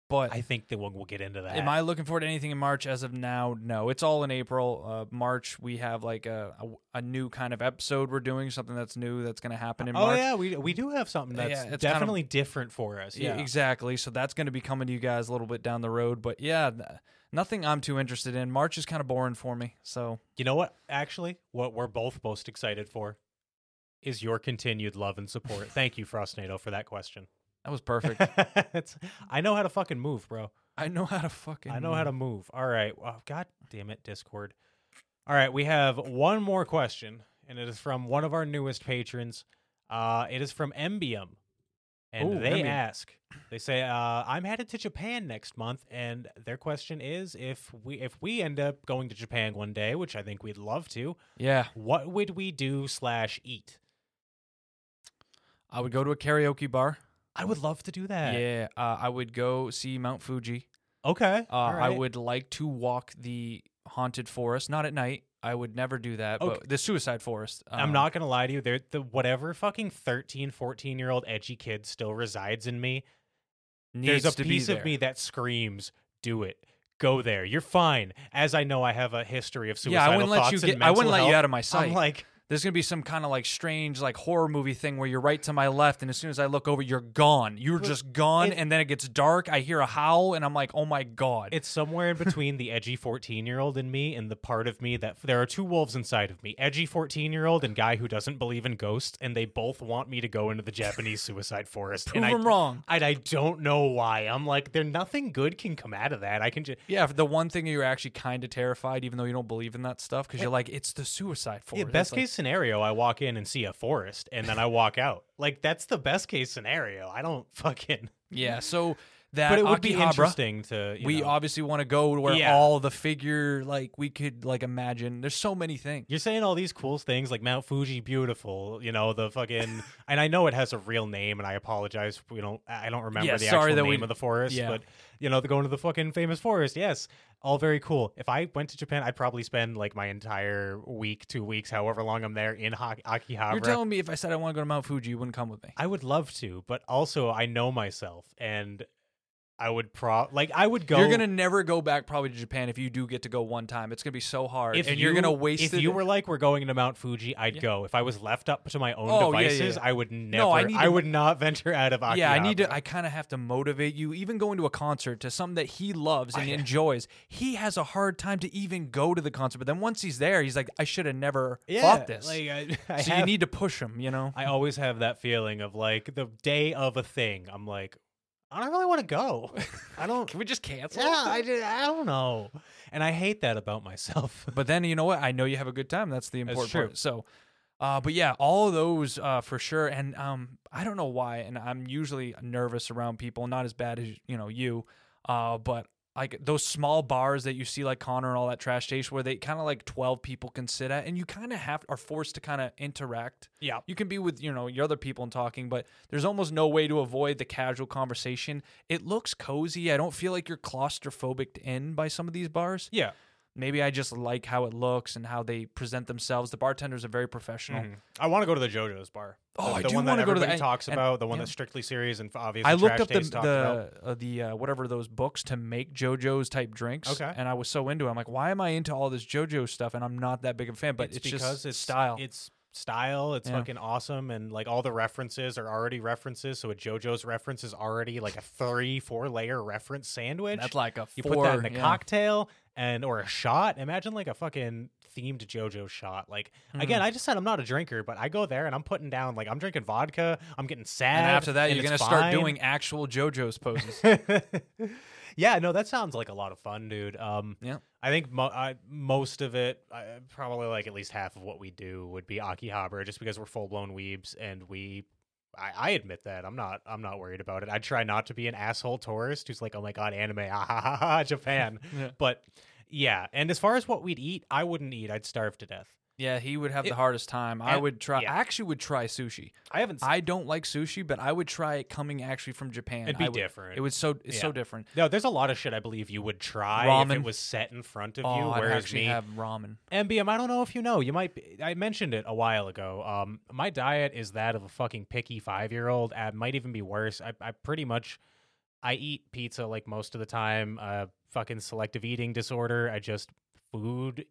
S1: but
S2: I think that we'll, we'll get into that.
S1: am I looking forward to anything in March as of now? No, it's all in April. Uh, March, we have like a, a a new kind of episode we're doing, something that's new that's gonna happen in
S2: oh
S1: March.
S2: yeah, we we do have something
S1: Yeah,
S2: that's
S1: it's kind of-
S2: definitely different for us.
S1: Yeah,
S2: Yeah.
S1: E, exactly. So that's going to be coming to you guys a little bit down the road. But yeah, th- nothing I'm too interested in. March is kind of boring for me. So
S2: You know what? Actually, what we're both most excited for is your continued love and support. Thank you, Frostnado, for that question.
S1: that was perfect.
S2: It's- I know how to fucking move, bro.
S1: I know how to fucking.
S2: I know how to move. All right. Well, God damn it, Discord. All right. We have one more question, and it is from one of our newest patrons. Uh, it is from Embium. And
S1: Ooh,
S2: they
S1: Embium.
S2: ask, they say, uh, I'm headed to Japan next month. And their question is if we if we end up going to Japan one day, which I think we'd love to,
S1: Yeah,
S2: what would we do slash eat?
S1: I would go to a karaoke bar.
S2: I would love to do that.
S1: Yeah, uh, I would go see Mount Fuji.
S2: Okay.
S1: Uh,
S2: all
S1: I
S2: right.
S1: would like to walk the haunted forest, not at night. I would never do that,
S2: Okay.
S1: but the suicide forest.
S2: I'm
S1: um,
S2: not going to lie to you. There, the whatever fucking 13, 14 year old edgy kid still resides in me.
S1: Needs
S2: There's a
S1: to be
S2: piece
S1: there.
S2: of me that screams, "Do it, go there. You're fine." As I know, I have a history of
S1: Yeah,
S2: suicidal
S1: I wouldn't let you
S2: thoughts and
S1: get. I wouldn't
S2: mental
S1: let you
S2: health.
S1: out of my sight.
S2: I'm like,
S1: There's gonna be some kind of like strange like horror movie thing where you're right to my left, and as soon as I look over, you're gone. You're
S2: Well,
S1: just gone,
S2: it-
S1: and then it gets dark. I hear a howl, and I'm like, oh my god.
S2: it's somewhere in between the edgy 14 year old in me and the part of me that there are two wolves inside of me: edgy 14 year old and guy who doesn't believe in ghosts, and they both want me to go into the Japanese suicide forest.
S1: Prove
S2: and I,
S1: them wrong.
S2: And I don't know why. I'm like, there nothing good can come out of that. I can just.
S1: Yeah, the one thing you're actually kind of terrified, even though you don't believe in that stuff, because you're like, it's the suicide
S2: Yeah,
S1: forest.
S2: best
S1: It's like-
S2: case scenario, I walk in and see a forest and then I walk out. Like that's the best case scenario. I don't fucking
S1: Yeah, so that
S2: but it would be
S1: Akihabara,
S2: interesting to you
S1: we
S2: know-
S1: obviously want to go to where
S2: Yeah.
S1: all the figure like we could like imagine. There's so many things.
S2: You're saying all these cool things like Mount Fuji, beautiful. You know the fucking, and I know it has a real name, and I apologize. if We don't, I don't remember
S1: Yeah,
S2: the
S1: sorry
S2: actual
S1: that
S2: name
S1: we-
S2: of the forest,
S1: yeah.
S2: but you know, the going to the fucking famous forest. Yes, all very cool. If I went to Japan, I'd probably spend like my entire week, two weeks, however long I'm there in ha- Akihabara.
S1: You're telling me if I said I want to go to Mount Fuji, you wouldn't come with me.
S2: I would love to, but also I know myself, and I would pro like I would go.
S1: You're gonna never go back probably to Japan if you do get to go one time. It's gonna be so hard,
S2: If
S1: and are
S2: you-
S1: gonna waste
S2: If
S1: it.
S2: you were like, we're going to Mount Fuji, I'd
S1: Yeah.
S2: go. If I was left up to my own
S1: Oh, yeah, yeah,
S2: devices,
S1: yeah.
S2: I would never.
S1: I
S2: I,
S1: need to-
S2: would not venture out of Akihabara.
S1: yeah, I need to. I kind of have to motivate you. Even going to a concert to something that he loves and enjoys, he has a hard time to even go to the concert. But then once he's there, he's like, I should have never
S2: yeah,
S1: bought this.
S2: Like, I, I
S1: so you
S2: have-
S1: need to push him. You know.
S2: I always have that feeling of like the day of a thing. I'm like, I don't really want to go. I don't.
S1: Can we just cancel?
S2: yeah, I, ju- I don't know. And I hate that about myself.
S1: But then you know what? I know you have a good time. That's the important
S2: true.
S1: part. So, uh, but yeah, all of those uh, for sure. And um, I don't know why. And I'm usually nervous around people, not as bad as you know you. Uh, but like those small bars that you see, like Connor and all that trash taste, where they kind of like twelve people can sit at, and you kind of have are forced to kind of interact.
S2: yeah.
S1: You can be with you know your other people and talking, but there's almost no way to avoid the casual conversation. It looks cozy. I don't feel like you're claustrophobic in by some of these bars
S2: Yeah.
S1: maybe I just like how it looks and how they present themselves. The bartenders are very professional.
S2: Mhm. I want to go to the JoJo's bar.
S1: Oh,
S2: the,
S1: I
S2: the
S1: do
S2: one that
S1: wanna go to the-
S2: everybody
S1: I-
S2: talks
S1: and-
S2: about, the one
S1: yeah.
S2: that's strictly serious and f- obviously
S1: I looked
S2: Trash
S1: up the
S2: Taste talked about.
S1: the, uh, the uh, whatever those books to make JoJo's type drinks,
S2: Okay.
S1: and I was so into it. I'm like, why am I into all this JoJo stuff? And I'm not that big of a fan, but it's, just style.
S2: It's style. It's
S1: Yeah.
S2: fucking awesome, and like all the references are already references. So a JoJo's reference is already like a three, four layer reference sandwich.
S1: That's like a
S2: you
S1: four,
S2: put that in a
S1: yeah.
S2: cocktail and or a shot. Imagine like a fucking themed JoJo shot. Like again,
S1: Mm.
S2: I just said I'm not a drinker, but I go there and I'm putting down like I'm drinking vodka. I'm getting sad.
S1: And after that,
S2: and
S1: you're
S2: it's
S1: gonna start
S2: fine.
S1: doing actual JoJo's poses.
S2: yeah, no, that sounds like a lot of fun, dude. Um,
S1: Yeah.
S2: I think mo- I, most of it, uh, probably like at least half of what we do, would be Akihabara, just because we're full blown weebs and we. I, I admit that I'm not. I'm not worried about it. I try not to be an asshole tourist who's like, "Oh my god, anime, ah ha ha ha, Japan."
S1: Yeah.
S2: But yeah, and as far as what we'd eat, I wouldn't eat. I'd starve to death.
S1: yeah, he would have
S2: It-
S1: the hardest time. I
S2: and-
S1: would try.
S2: yeah.
S1: I actually would try sushi.
S2: I haven't. s-
S1: I don't like sushi, but I would try it coming actually from Japan.
S2: It'd be
S1: I would-
S2: different.
S1: It was so it's so
S2: Yeah.
S1: different.
S2: no, there's a lot of shit I believe you would try if
S1: Ramen.
S2: it was set in front of
S1: Oh,
S2: you.
S1: I'd
S2: Whereas
S1: actually
S2: me,
S1: have ramen.
S2: MBM, I don't know if you know. You might. Be, I mentioned it a while ago. Um, my diet is that of a fucking picky five year old. I might even be worse. I, I pretty much, I eat pizza like most of the time. Uh, fucking selective eating disorder. I just food.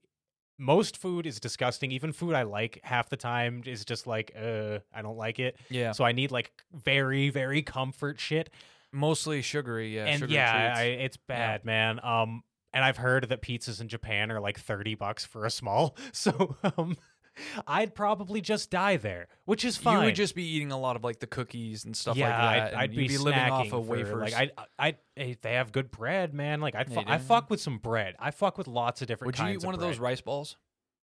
S2: Most food is disgusting. Even food I like half the time is just like, uh, I don't like it.
S1: Yeah.
S2: So I need like very, very comfort shit
S1: Mostly sugary, yeah.
S2: and
S1: sugary
S2: yeah, I,
S1: treats.
S2: it's bad, man. Um, and I've heard that pizzas in Japan are like thirty bucks for a small, so um, I'd probably just die there, which is fine.
S1: you would just be eating a lot of like the cookies and stuff
S2: yeah,
S1: like that.
S2: I'd,
S1: and
S2: I'd
S1: you'd be,
S2: be
S1: living off
S2: snacking
S1: of
S2: for,
S1: wafers.
S2: Like I, I, I, they have good bread, man. Like I,
S1: They
S2: fu- I
S1: do.
S2: fuck with some bread. I fuck with lots of different.
S1: would you
S2: kinds
S1: eat one of,
S2: bread.
S1: those rice balls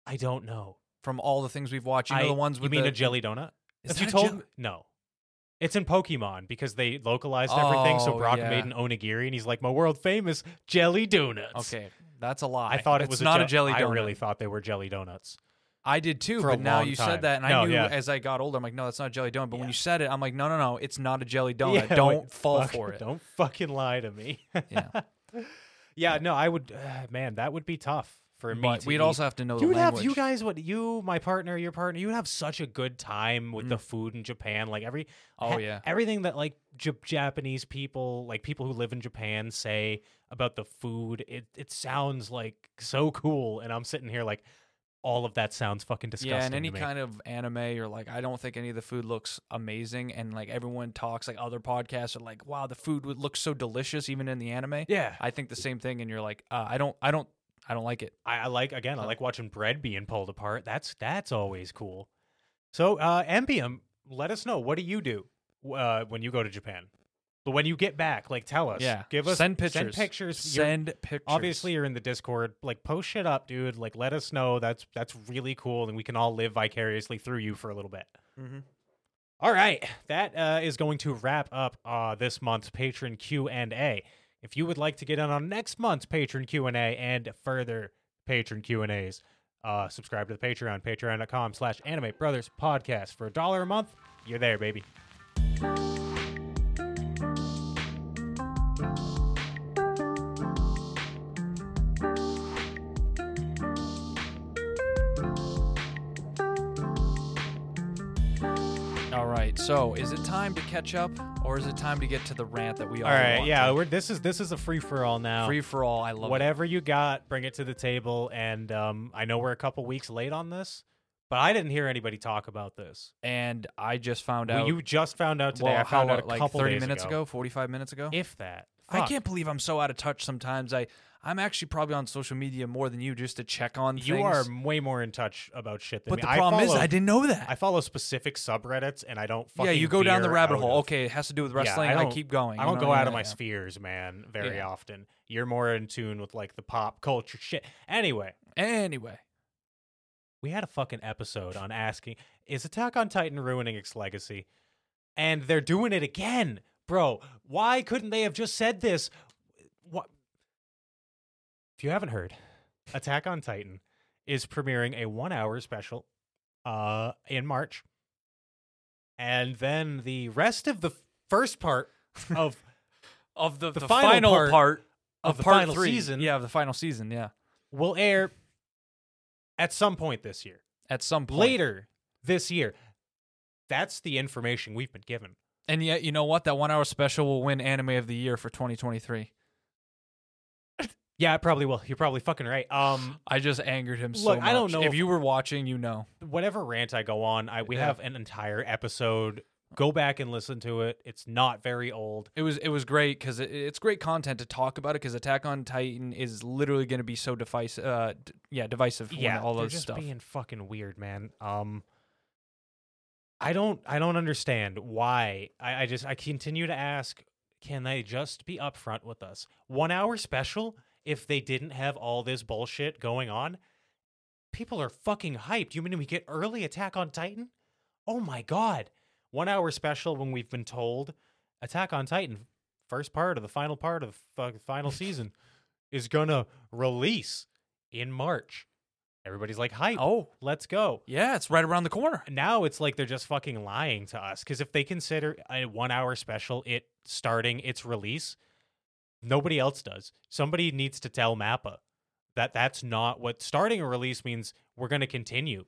S2: I don't know.
S1: from all the things we've watched? You know
S2: I-
S1: the ones
S2: you
S1: with
S2: mean
S1: the,
S2: a jelly donut?
S1: Is
S2: if
S1: that
S2: you
S1: a
S2: told
S1: jelly-
S2: me- no. It's in Pokemon because they localized everything. So
S1: Oh,
S2: Brock
S1: yeah.
S2: made an onigiri, and he's like, "My world famous jelly donuts."
S1: Okay, that's a lie.
S2: I thought it
S1: It's
S2: was
S1: not
S2: a,
S1: a jelly donut.
S2: I really thought they were jelly donuts.
S1: I did too,
S2: for a
S1: but now
S2: long
S1: you
S2: time.
S1: said that, and
S2: No,
S1: I knew
S2: yeah.
S1: as I got older, I'm like, no, that's not a jelly donut. But when
S2: Yeah.
S1: you said it, I'm like, no, no, no, it's not a jelly donut.
S2: Yeah,
S1: don't
S2: like,
S1: fall
S2: fuck-
S1: for it.
S2: Don't fucking lie to me.
S1: Yeah.
S2: yeah, no, I would. Uh, man, that would be tough for me.
S1: But
S2: to
S1: we'd
S2: eat.
S1: also have to know
S2: You
S1: the
S2: would
S1: language.
S2: have you guys would you my partner your partner you would have such a good time with the food in Japan like every
S1: Mm. Oh, yeah.
S2: everything that like J- Japanese people like people who live in Japan say about the food it it sounds like so cool and I'm sitting here like all of that sounds fucking disgusting
S1: Yeah, and
S2: to
S1: any
S2: me.
S1: kind of anime or like, I don't think any of the food looks amazing. And like everyone talks, like other podcasts are like, wow, the food would look so delicious even in the anime.
S2: yeah
S1: I think the same thing, and you're like, uh, I don't, I don't, I don't like it.
S2: I, I like again. I
S1: So-
S2: like watching bread being pulled apart. That's that's always cool. So, uh, Ambium, let us know what do you do uh, when you go to Japan, but when you get back, like tell us.
S1: Yeah,
S2: give us
S1: send pictures.
S2: Send pictures. You're-
S1: Send pictures.
S2: obviously, you're in the Discord. Like post shit up, dude. Like let us know. That's that's really cool, and we can all live vicariously through you for a little bit.
S1: Mhm.
S2: All right, that uh, is going to wrap up uh, this month's patron Q and A. If you would like to get in on next month's patron Q and A and further patron Q and As, uh, subscribe to the Patreon, Patreon.com/slash Anime Brothers Podcast for a dollar a month. You're there, baby.
S1: All right. So, is it time to catch up, or is it time to get to the rant that we all,
S2: All right,
S1: want?
S2: yeah, we're, this is this is a free for all now.
S1: Free for all. I love it.
S2: Whatever you got, bring it to the table. And um, I know we're a couple weeks late on this, but I didn't hear anybody talk about this.
S1: And I just found
S2: Well,
S1: out.
S2: you just found out today.
S1: well,
S2: I found
S1: how,
S2: out a
S1: like
S2: couple
S1: 30
S2: days
S1: minutes 45 minutes ago.
S2: if that.
S1: I
S2: Fuck.
S1: can't believe I'm so out of touch sometimes. I I'm actually probably on social media more than you just to check on
S2: You
S1: things.
S2: are m- way more in touch about shit than
S1: But
S2: me.
S1: the problem
S2: I
S1: is
S2: follow,
S1: I didn't know that.
S2: I follow specific subreddits, and I don't. Fucking
S1: yeah, you go down the
S2: veer
S1: rabbit
S2: out
S1: hole.
S2: of-
S1: okay, it has to do with
S2: Yeah,
S1: wrestling.
S2: I,
S1: I,
S2: don't-
S1: keep going.
S2: I
S1: you
S2: don't
S1: know
S2: go
S1: what I
S2: out of
S1: mean?
S2: my
S1: Yeah.
S2: spheres, man. Very
S1: Yeah.
S2: often, you're more in tune with like the pop culture shit. Anyway,
S1: Anyway,
S2: we had a fucking episode on asking is attack on titan ruining its legacy and they're doing it again bro why couldn't they have just said this what if you haven't heard attack on titan is premiering a one hour special uh in march and then the rest of the first part of
S1: of the,
S2: The final part
S1: of,
S2: of the
S1: part
S2: final
S1: three.
S2: season.
S1: Yeah, of the final season. Yeah,
S2: will air at some point this year
S1: at some point
S2: later this year that's the information we've been given
S1: And yet, you know what? That one hour special will win Anime of the Year for 2023.
S2: Yeah, I probably will. You're probably fucking right. Um,
S1: I just angered him so
S2: Look,
S1: much.
S2: I don't know
S1: If
S2: if-
S1: you were watching, you know.
S2: whatever rant I go on, I we
S1: Yeah.
S2: have an entire episode. Go back and listen to it. It's not very old.
S1: It was it was great because it, it's great content to talk about it because Attack on Titan is literally going to be so divisive. Uh, d- yeah, divisive.
S2: yeah,
S1: when all
S2: they're
S1: those
S2: just
S1: stuff.
S2: being fucking weird, man. Um, I don't, I don't understand why. I, I just, I continue to ask, can they just be upfront with us? One hour special. If they didn't have all this bullshit going on, people are fucking hyped. You mean we get early Attack on Titan? Oh my god, one hour special when we've been told Attack on Titan, first part of the final part of the fuck- final season, is gonna release in March. Everybody's like, hype.
S1: oh
S2: Let's go.
S1: yeah, it's right around the corner.
S2: Now it's like they're just fucking lying to us. Because if they consider a one hour special it starting its release, nobody else does. Somebody needs to tell MAPPA that that's not what starting a release means. We're going to continue.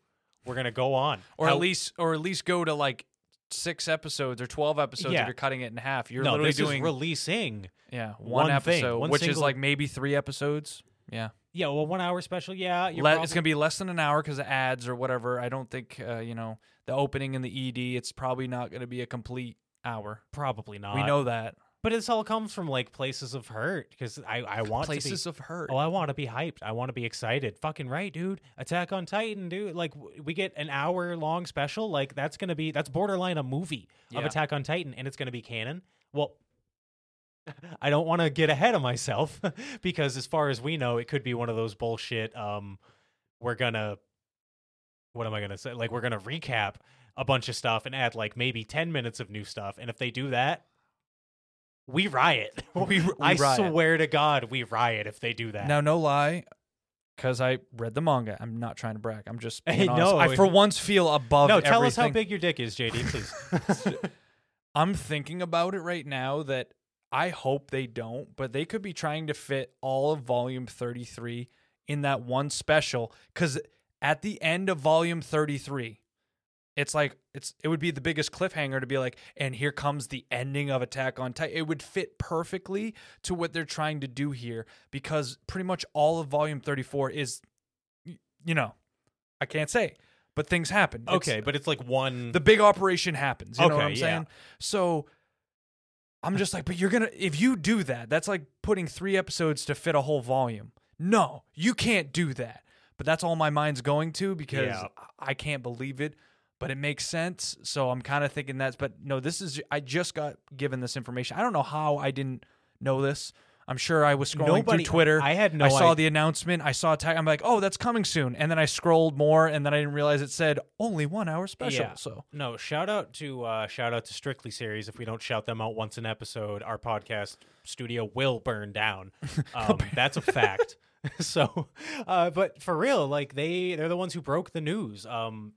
S2: We're going to go on.
S1: Or
S2: How-
S1: at least or at least go to like six episodes or twelve episodes
S2: Yeah.
S1: if you're cutting it in half. You're
S2: no,
S1: literally
S2: this
S1: doing
S2: is releasing.
S1: yeah one,
S2: one
S1: episode,
S2: thing, one
S1: which is
S2: single-
S1: like maybe three episodes. Yeah,
S2: Yeah, well, one hour special. Yeah, you're
S1: Le-
S2: probably-
S1: it's gonna be less than an hour because of ads or whatever. I don't think uh, you know the opening and the ED. It's probably not gonna be a complete hour.
S2: probably not.
S1: we know that
S2: but this all comes from like places of hurt. Because I, I want to be-
S1: places of hurt.
S2: Oh, I want to be hyped. I want to be excited. Fucking right, dude. Attack on Titan, dude. Like w- we get an hour long special. Like that's gonna be that's borderline a movie of
S1: Yeah.
S2: Attack on Titan, and it's gonna be canon. Well, I don't want to get ahead of myself because as far as we know, it could be one of those bullshit. Um, we're gonna what am I gonna say? Like we're gonna recap a bunch of stuff and add like maybe ten minutes of new stuff, and if they do that. We riot.
S1: We- we
S2: I
S1: riot.
S2: swear to God, we riot if they do that.
S1: Now, no lie, because I read the manga. I'm not trying to brag. I'm just being
S2: Hey,
S1: honest.
S2: no,
S1: I
S2: it-
S1: for once feel above.
S2: No, tell us how
S1: everything.
S2: big your dick is, JD, please.
S1: I'm thinking about it right now. That I hope they don't, but they could be trying to fit all of Volume 33 in that one special. Because at the end of Volume 33. It's like it's it would be the biggest cliffhanger to be like, and here comes the ending of Attack on Titan. It would fit perfectly to what they're trying to do here because pretty much all of Volume 34 is, y- you know, I can't say, but things happen. It's-
S2: okay, but it's like one.
S1: the big operation happens. You know what
S2: Mm-hmm. Okay,
S1: I'm
S2: yeah.
S1: saying? So I'm just like, but you're gonna if you do that, that's like putting three episodes to fit a whole volume. No, you can't do that. But that's all my mind's going to because
S2: Yeah.
S1: I can't believe it. But it makes sense. So I'm kind of thinking that's but no, this is I just got given this information. I don't know how I didn't know this. I'm sure I was scrolling
S2: Nobody-
S1: through Twitter.
S2: I had no
S1: I saw
S2: idea.
S1: the announcement. I saw a tag. I'm like, oh, that's coming soon. And then I scrolled more, and then I didn't realize it said only one hour special.
S2: Yeah.
S1: So
S2: No, shout out to uh, shout out to Strictly Series. If we don't shout them out once an episode, our podcast studio will burn down. Um, that's a fact. so, uh, but for real, like they they're the ones who broke the news. Um,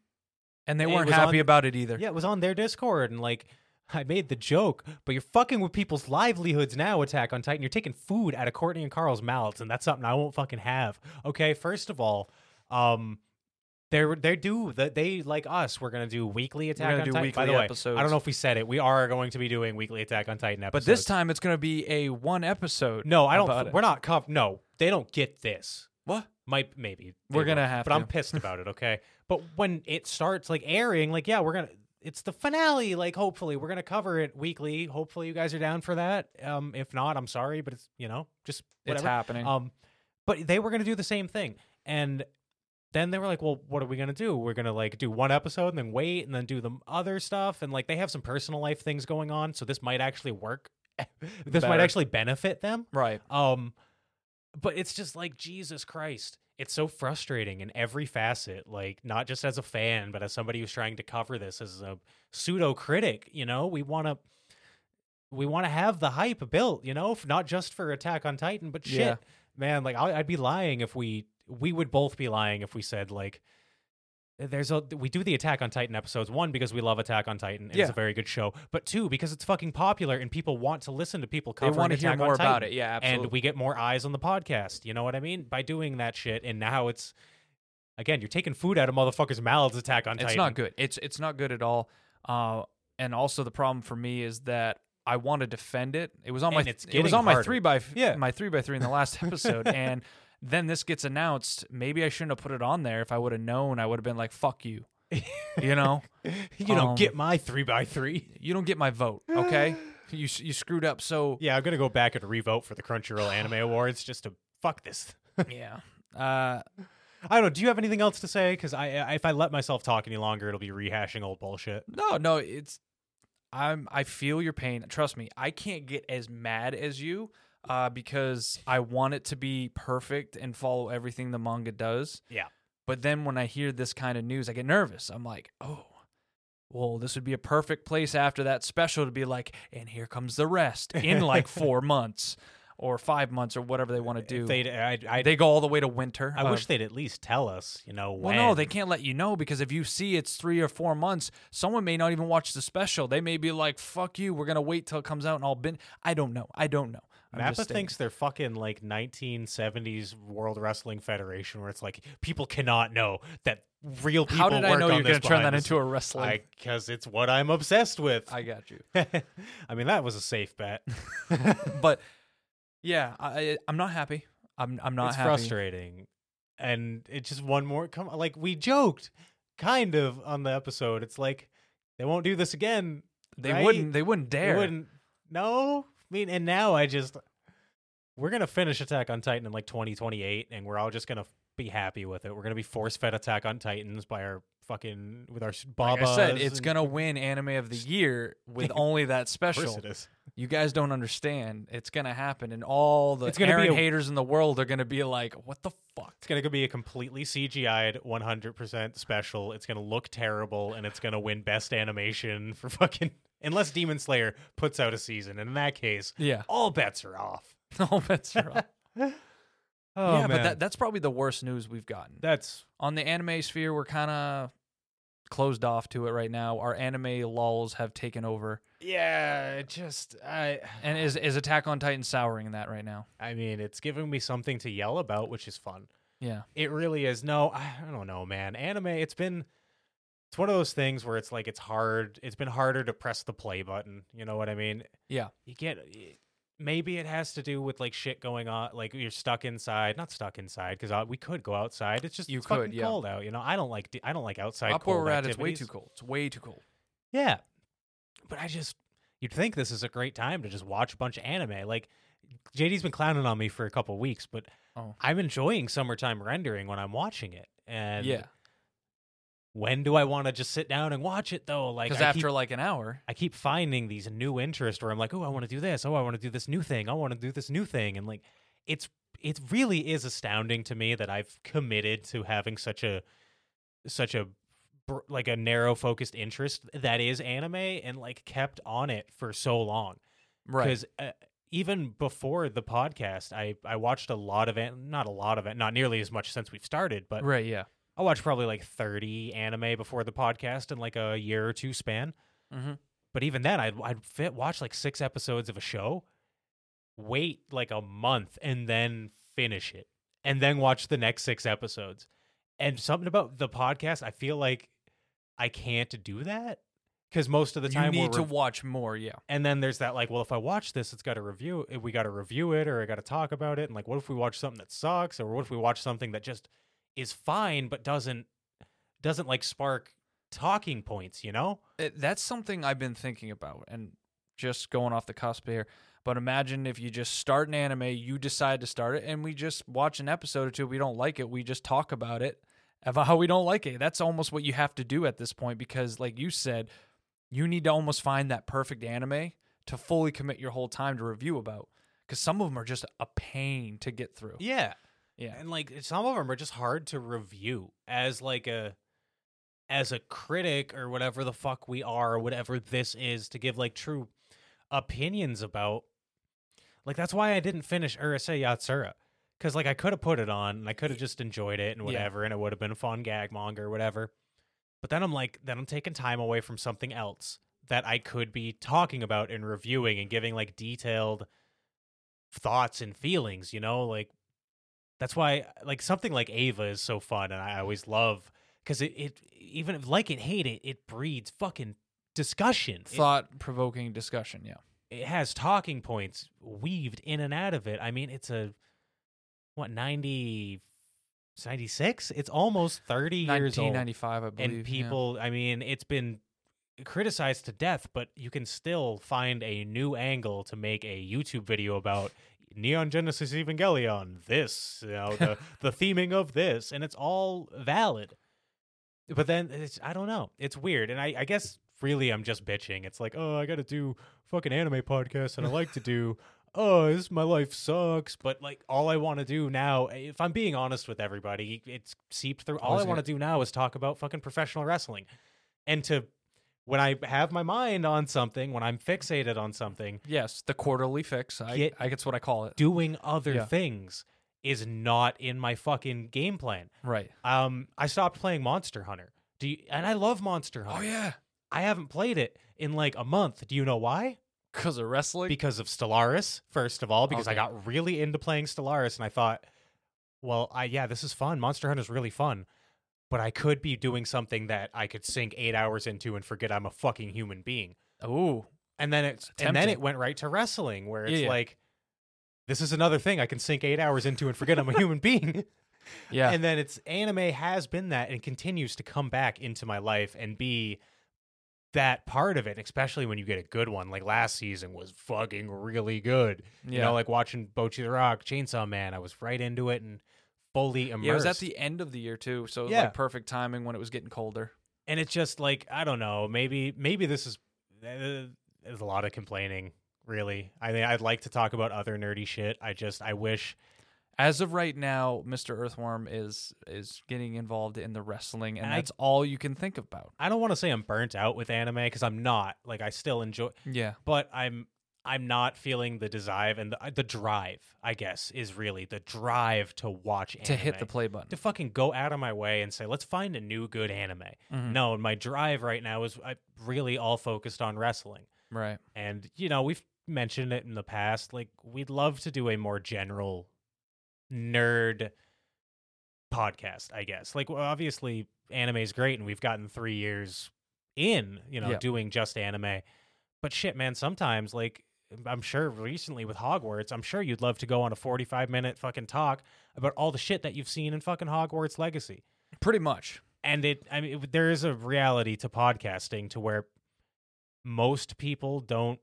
S1: and they
S2: It
S1: weren't
S2: was
S1: happy
S2: on-
S1: about it either.
S2: yeah, it was on their Discord, and like I made the joke, but you're fucking with people's livelihoods now. Attack on Titan, you're taking food out of Courtney and Carl's mouths, and that's something I won't fucking have. Okay, first of all, um. They're, they do that they like us we're gonna do weekly attack
S1: gonna
S2: on
S1: do
S2: Titan. by
S1: weekly
S2: the way
S1: episodes.
S2: i don't know if we said it we are going to be doing weekly attack on titan
S1: But
S2: episodes
S1: this time it's going to be a one episode.
S2: no i don't
S1: about it.
S2: we're not comf- no they don't get this
S1: What?
S2: might maybe they
S1: We're gonna
S2: will,
S1: have
S2: but i'm
S1: to.
S2: pissed about it okay but when it starts like airing like yeah we're gonna it's the finale like hopefully we're gonna cover it weekly hopefully you guys are down for that um if not i'm sorry but it's you know just
S1: It's
S2: whatever
S1: happening.
S2: um but they were gonna do the same thing and then they were like well what are we gonna do we're gonna like do one episode and then wait and then do the other stuff and like they have some personal life things going on so this might actually work this might
S1: Better.
S2: actually benefit them
S1: right.
S2: um, but it's just like Jesus Christ. It's so frustrating in every facet, like not just as a fan, but as somebody who's trying to cover this as a pseudo critic. You know, we want to we want to have the hype built. You know, f- not just for Attack on Titan, but shit,
S1: Yeah.
S2: man. Like I, I'd be lying if we we would both be lying if we said like eh, there's a we do the Attack on Titan episodes one because we love Attack on Titan. and It's
S1: Yeah.
S2: a very good show, but two because it's fucking popular and people want to listen to people
S1: They
S2: cover
S1: want to hear more about it. Yeah, absolutely.
S2: and we get more eyes on the podcast. You know what I mean? By doing that shit, and now it's again, you're taking food out of motherfuckers' mouths. Attack on
S1: it's
S2: Titan.
S1: not good. It's it's not good at all. Uh, and also the problem for me is that I want to defend it. It was on
S2: And
S1: my
S2: it's
S1: it was
S2: getting
S1: on my
S2: harder.
S1: three by f-
S2: Yeah.
S1: my three by three in the last episode, and then this gets announced. Maybe I shouldn't have put it on there. If I would have known, I would have been like, "Fuck you," you know.
S2: You don't
S1: Um,
S2: get my three by three.
S1: You don't get my vote, okay? you s- you screwed up. So
S2: Yeah, I'm gonna go back and revote for the Crunchyroll Anime Awards just to fuck this.
S1: yeah. Uh,
S2: I don't know. Do you have anything else to say? Because I, I, if I let myself talk any longer, it'll be rehashing old bullshit.
S1: No, no, it's I'm I feel your pain. Trust me, I can't get as mad as you uh, because I want it to be perfect and follow everything the manga does.
S2: Yeah.
S1: But then when I hear this kind of news, I get nervous. I'm like, oh, well, this would be a perfect place after that special to be like, and here comes the rest in like four months or five months or whatever they want to do.
S2: If they'd, I'd, I'd,
S1: they go all the way to winter.
S2: I
S1: uh,
S2: wish they'd at least tell us. You know
S1: well,
S2: when?
S1: no, they can't let you know because if you see it's three or four months, someone may not even watch the special. They may be like, "Fuck you, we're gonna wait till it comes out and I'll bin." I don't know. I don't know. I'm just
S2: Mappa
S1: stating.
S2: thinks they're fucking like 1970s World Wrestling Federation, where it's like people cannot know that real people.
S1: How did I know you're
S2: going
S1: gonna
S2: to
S1: turn that into a wrestling? I,
S2: Because it's what I'm obsessed with. I,
S1: got you.
S2: mean, that was a safe bet.
S1: But yeah, I, I'm not happy. I'm I'm not
S2: it's
S1: happy.
S2: frustrating, and it's just one more. Come, like we joked, kind of on the episode. It's like they won't do this again.
S1: They
S2: right?
S1: wouldn't. They wouldn't
S2: They
S1: dare.
S2: wouldn't. No, I mean, and now I just we're gonna finish Attack on Titan in like 2028, and we're all just gonna be happy with it. We're gonna be force fed Attack on Titans by our fucking with our Baba.
S1: Like I said, it's gonna win anime of the year with only that
S2: Of
S1: special.
S2: course it is.
S1: You guys don't understand. It's gonna happen, and all the
S2: It's gonna be
S1: Aaron
S2: a-
S1: haters in the world are gonna be like, "What the fuck?"
S2: It's gonna be a completely CGI'd 100% special. It's gonna look terrible, and it's gonna win best animation for fucking unless Demon Slayer puts out a season, and in that case,
S1: Yeah.
S2: all bets are off.
S1: All bets are off.
S2: Oh
S1: yeah,
S2: man,
S1: but that, that's probably the worst news we've gotten.
S2: that's
S1: On the anime sphere, we're kind of closed off to it right now. Our anime lulls have taken over.
S2: yeah. It just I.
S1: And is, is Attack on Titan souring that right now?
S2: I mean, it's giving me something to yell about, which is fun.
S1: Yeah.
S2: It really is. No, I I don't know, man. Anime, it's been it's one of those things where it's like it's hard. It's been harder to press the play button. You know what I mean?
S1: Yeah.
S2: You get y- maybe it has to do with like shit going on. Like you're stuck inside, not stuck inside because we could go outside. It's just
S1: You
S2: it's
S1: could,
S2: fucking
S1: yeah.
S2: cold out. You know, I don't like d- I don't like outside.
S1: Up where
S2: cold
S1: we're at, it's way
S2: activities.
S1: too cold. It's way too cold.
S2: Yeah. But I just you'd think this is a great time to just watch a bunch of anime. Like JD's been clowning on me for a couple weeks, but
S1: Oh.
S2: I'm enjoying summertime rendering when I'm watching it. And
S1: yeah.
S2: When do I want to just sit down and watch it though? Like
S1: Because
S2: I
S1: after
S2: keep,
S1: like an hour,
S2: I keep finding these new interests where I'm like, oh, I want to do this. Oh, I want to do this new thing. I want to do this new thing. And like, it's it really is astounding to me that I've committed to having such a such a br- like a narrow focused interest that is anime and like kept on it for so long
S1: right?
S2: because uh, even before the podcast, I I watched a lot of it, not a lot of it, not nearly as much since we've started, but
S1: Right, yeah.
S2: I watched probably like thirty anime before the podcast in like a year or two span.
S1: Mhm.
S2: But even then, I'd I'd fit, watch like six episodes of a show, wait like a month, and then finish it, and then watch the next six episodes. And something about the podcast, I feel like I can't do that because most of the
S1: You
S2: time we're
S1: need to
S2: rev-
S1: watch more, yeah.
S2: and then there's that like, well, if I watch this, it's got to review. eh, We got to review it, or I got to talk about it. And like, what if we watch something that sucks, or what if we watch something that just is fine but doesn't doesn't like spark talking points? You know?
S1: It, eh, that's something I've been thinking about, and just going off the cusp here. But imagine if you just start an anime, you decide to start it, and we just watch an episode or two. We don't like it, we just talk about it about how we don't like it. That's almost what you have to do at this point because, like you said, you need to almost find that perfect anime to fully commit your whole time to review about. Because some of them are just a pain to get through.
S2: Yeah.
S1: Yeah.
S2: And like some of them are just hard to review as like a as a critic or whatever the fuck we are or whatever this is to give like true opinions about. Like that's why I didn't finish Urasei Yatsura. Cause like I could have put it on and I could have just enjoyed it and
S1: Yeah.
S2: whatever, and it would have been a fun gag manga or whatever. But then I'm like, then I'm taking time away from something else that I could be talking about and reviewing and giving like detailed thoughts and feelings, you know? Like that's why like something like Ava is so fun and I always love because it, it even if like it hate it, it breeds fucking discussion. It-
S1: Thought provoking discussion. Yeah.
S2: it has talking points weaved in and out of it. I mean, it's a what 90 96? It's almost 30 years old.
S1: 1995, I believe.
S2: And
S1: yeah.
S2: people, I mean, it's been criticized to death, but you can still find a new angle to make a YouTube video about Neon Genesis Evangelion, this, you know, the, the theming of this, and it's all valid. But then it's, I don't know. It's weird. And I, I guess really I'm just bitching. It's like, oh, I got to do fucking anime podcasts and I like to do, oh, this, my life sucks. But like all I want to do now, if I'm being honest with everybody, it's seeped through. All I
S1: Always
S2: want to
S1: it.
S2: do now is talk about fucking professional wrestling. And to, when I have my mind on something, when I'm fixated on something,
S1: Yes, the quarterly fix. I,
S2: Get-
S1: I that's what I call it.
S2: doing other
S1: Yeah.
S2: things is not in my fucking game plan.
S1: Right.
S2: Um, I stopped playing Monster Hunter. Do you, and I love Monster Hunter.
S1: Oh yeah,
S2: I haven't played it in like a month. Do you know why?
S1: because of wrestling.
S2: Because of Stellaris, first of all, because I
S1: Okay.
S2: got really into playing Stellaris and I thought, well, I yeah, this is fun. Monster Hunter's really fun. But I could be doing something that I could sink eight hours into and forget I'm a fucking human being.
S1: Ooh,
S2: And then it's and then
S1: tempting.
S2: it went right to wrestling where it's
S1: Yeah, yeah.
S2: like this is another thing I can sink eight hours into and forget I'm a human being.
S1: yeah.
S2: And then it's anime has been that and continues to come back into my life and be that part of it, especially when you get a good one. Like last season was fucking really good.
S1: yeah.
S2: You know, like watching Bochi the Rock, Chainsaw Man, I was right into it and fully immersed.
S1: yeah, it was at the end of the year too, so it was,
S2: Yeah.
S1: like perfect timing when it was getting colder.
S2: and it's just like, I don't know, maybe maybe this is uh, there's a lot of complaining, really. I mean, I'd like to talk about other nerdy shit. I just I wish
S1: As of right now, Mr. Earthworm is is getting involved in the wrestling, and
S2: And I-
S1: that's all you can think about.
S2: I don't want to say I'm burnt out with anime because I'm not. Like I still enjoy
S1: Yeah,
S2: but I'm I'm not feeling the desire and the, the drive. I guess is really the drive to watch anime.
S1: to hit the play button.
S2: to fucking go out of my way and say let's find a new good anime.
S1: Mhm.
S2: No, my drive right now is I really all focused on wrestling.
S1: Right.
S2: And you know we've mentioned it in the past. Like we'd love to do a more general nerd podcast. I guess like well, obviously anime is great and we've gotten three years in you know
S1: Yeah.
S2: doing just anime. But shit, man, sometimes like I'm sure recently with Hogwarts, I'm sure you'd love to go on a 45 minute fucking talk about all the shit that you've seen in fucking Hogwarts Legacy.
S1: Pretty much.
S2: And it, I mean, it- there is a reality to podcasting to where most eh, people don't.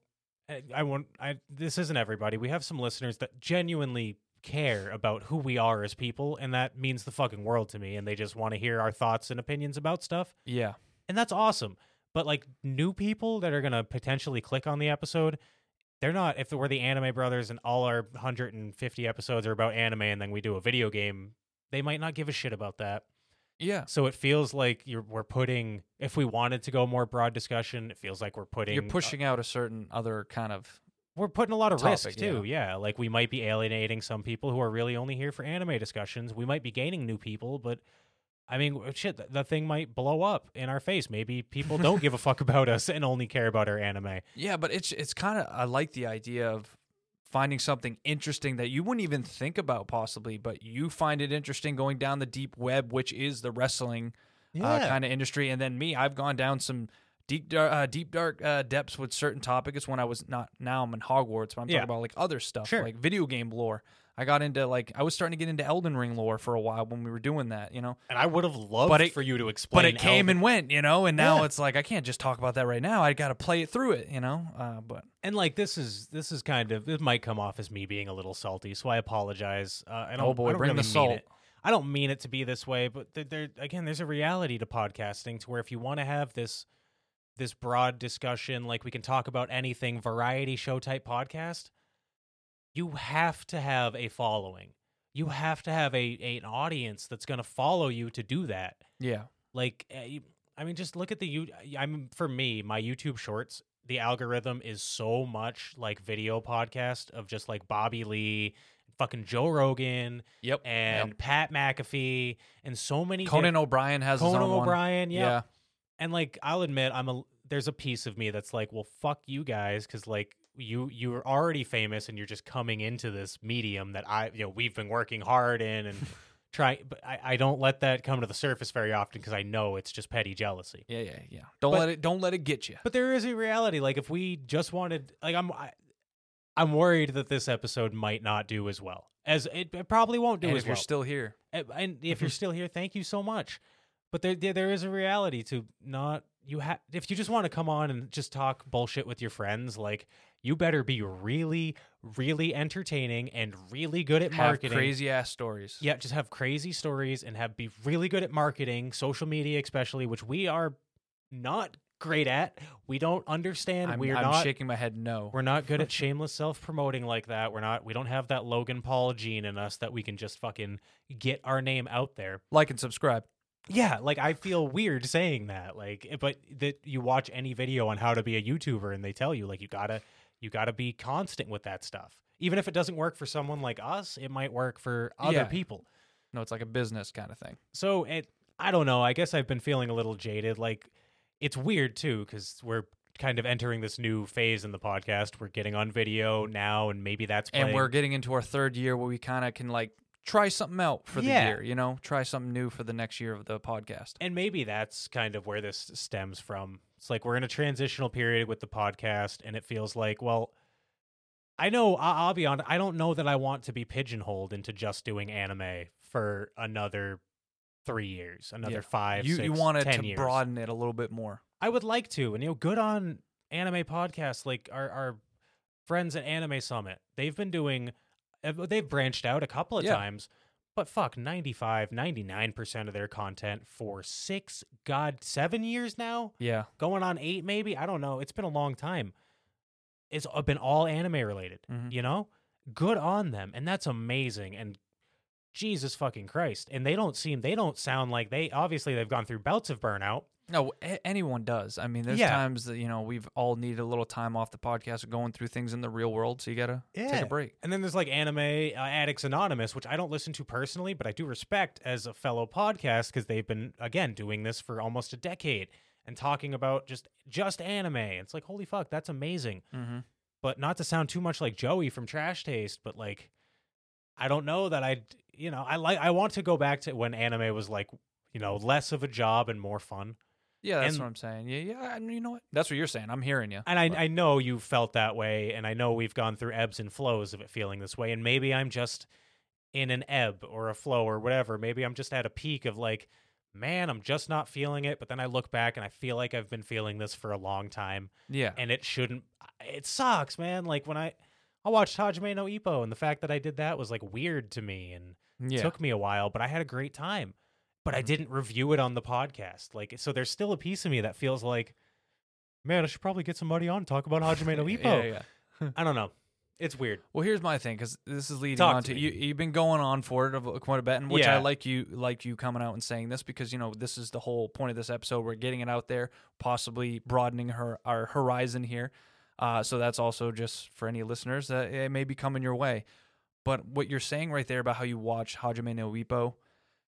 S2: I- I won't. I this isn't everybody. We have some listeners that genuinely care about who we are as people, and that means the fucking world to me. And they just want to hear our thoughts and opinions about stuff,
S1: Yeah.
S2: and that's awesome. But like new people that are gonna potentially click on the episode, they're not. If we're the Anime Brothers and all our 150 episodes are about anime, and then we do a video game, they might not give a shit about that.
S1: Yeah.
S2: So it feels like you're we're putting. If we wanted to go more broad discussion, it feels like we're putting. uh,
S1: You're pushing out a certain other kind of
S2: we're putting a lot of risk
S1: Topic,
S2: too. Yeah. like we might be alienating some people who are really only here for anime discussions. We might be gaining new people, but I mean, w- shit, th- the thing might blow up in our face. Maybe people don't give a fuck about us and only care about our anime.
S1: Yeah, but it's it's kind of I like the idea of finding something interesting that you wouldn't even think about possibly, but you find it interesting going down the deep web, which is the wrestling uh, kind of industry. And then me, I've gone down some deep dar- uh, deep dark uh, depths with certain topics when I was not now I'm in Hogwarts, but I'm
S2: Yeah.
S1: talking about like other stuff
S2: Sure.
S1: like video game lore. I got into like I was starting to get into Elden Ring lore for a while when we were doing that, you know.
S2: and I would have loved
S1: But it-
S2: for you to explain.
S1: But it came
S2: Elden-
S1: and went, you know, and now
S2: Yeah.
S1: it's like I can't just talk about that right now. I got to play it through it, you know. Uh, but
S2: and like this is this is kind of it might come off as me being a little salty, so I apologize. Uh, and
S1: Oh, boy,
S2: I don't
S1: bring
S2: really
S1: the
S2: mean
S1: salt.
S2: it. I don't mean it to be this way, but there, there again, there's a reality to podcasting to where if you want to have this this broad discussion, like we can talk about anything, variety show type podcast, you have to have a following. You have to have a, a an audience that's going to follow you to do that
S1: yeah,
S2: like uh, you- i mean just look at the you i'm for me my youtube shorts the algorithm is so much like video podcast of just like bobby lee fucking joe rogan
S1: yep,
S2: and pat mcafee and so many diff-
S1: Conan O'Brien has his
S2: conan
S1: own one.
S2: o'brien yeah.
S1: Yeah,
S2: and like i'll admit i'm a there's a piece of me that's like well fuck you guys because like you you're already famous and you're just coming into this medium that i you know we've been working hard in and try but I, I don't let that come to the surface very often because i know it's just petty jealousy
S1: yeah, yeah, yeah. Don't
S2: But-
S1: let it. Don't let it get you.
S2: but there is a reality. Like if we just wanted, like I'm, I, I'm worried that this episode might not do as well as it, it probably won't do
S1: And
S2: as
S1: if you're
S2: well.
S1: still here,
S2: And- and if
S1: Mm-hmm.
S2: you're still here, thank you so much. But there, there, there is a reality to not you have. If you just want to come on and just talk bullshit with your friends, like you better be really, really entertaining and really good at
S1: have
S2: marketing.
S1: crazy ass stories.
S2: Yeah, just have crazy stories and have be really good at marketing, social media especially, which we are not great at. We don't understand.
S1: I'm,
S2: we're
S1: I'm
S2: not.
S1: shaking my head. No.
S2: We're not good at shameless self promoting like that. We're not. We don't have that Logan Paul gene in us that we can just fucking get our name out there.
S1: Like and subscribe.
S2: Yeah, like I feel weird saying that. Like, eh, but that you watch any video on how to be a YouTuber and they tell you like you gotta you gotta be constant with that stuff. Even if it doesn't work for someone like us, it might work for other
S1: Yeah.
S2: people.
S1: No, it's like a business kind of thing.
S2: so it i don't know i guess i've been feeling a little jaded like it's weird too because we're kind of entering this new phase in the podcast we're getting on video now and maybe that's
S1: And
S2: playing-
S1: we're getting into our third year where we kind of can like try something out for the
S2: Yeah.
S1: year. You know, try something new for the next year of the podcast.
S2: and maybe that's kind of where this stems from it's like we're in a transitional period with the podcast and it feels like well i know I- i'll be honest i don't know that i want to be pigeonholed into just doing anime for another three years another
S1: Yeah.
S2: five
S1: you
S2: six,
S1: you wanted
S2: ten
S1: to
S2: years.
S1: broaden it a little bit more.
S2: I would like to, and you know, good on anime podcasts like our our friends at Anime Summit. They've been doing, uh, they've branched out a couple of
S1: Yeah.
S2: times, but fuck, 95, 99 percent of their content for six, god, seven years now,
S1: Yeah.
S2: going on eight maybe. I don't know. It's been a long time. It's a- been all anime related.
S1: Mhm.
S2: You know, good on them, and that's amazing. And Jesus fucking Christ, and they don't seem, they don't sound like they obviously they've gone through bouts of burnout.
S1: No, a- anyone does. I mean, there's
S2: Yeah.
S1: times that you know we've all needed a little time off the podcast, going through things in the real world. So you gotta take
S2: Yeah.
S1: a break.
S2: And then there's like Anime uh, Addicts Anonymous, which I don't listen to personally, but I do respect as a fellow podcast because they've been again doing this for almost a decade and talking about just just anime. It's like holy fuck, that's amazing.
S1: Mm-hmm.
S2: But not to sound too much like Joey from Trash Taste, but like I don't know that I you know I like I want to go back to when anime was like you know less of a job and more fun.
S1: Yeah, that's
S2: And-
S1: what I'm saying. Yeah, yeah. And you know what? That's what you're saying. I'm hearing you.
S2: And I,
S1: But-
S2: I know you felt that way, and I know we've gone through ebbs and flows of it feeling this way. And maybe I'm just in an ebb or a flow or whatever. Maybe I'm just at a peak of like, man, I'm just not feeling it. But then I look back and I feel like I've been feeling this for a long time,
S1: yeah,
S2: and it shouldn't. It sucks, man. Like when I I watched Hajime no Ippo, and the fact that I did that was like weird to me and
S1: Yeah.
S2: took me a while, but I had a great time. But I
S1: Mhm.
S2: didn't review it on the podcast. Like, so there's still a piece of me that feels like, man, I should probably get somebody on to talk about Hajime no Ippo.
S1: Yeah, yeah.
S2: I don't know. It's weird.
S1: Well, here's my thing because this is leading
S2: Talk
S1: on
S2: to
S1: to,
S2: me.
S1: you. You've been going on for it of- uh, quite a bit, and which I
S2: Yeah.
S1: like you like you coming out and saying this because you know this is the whole point of this episode. We're getting it out there, possibly broadening her our horizon here. Uh, so that's also just for any listeners that it may be coming your way. But what you're saying right there about how you watch Hajime no Ippo,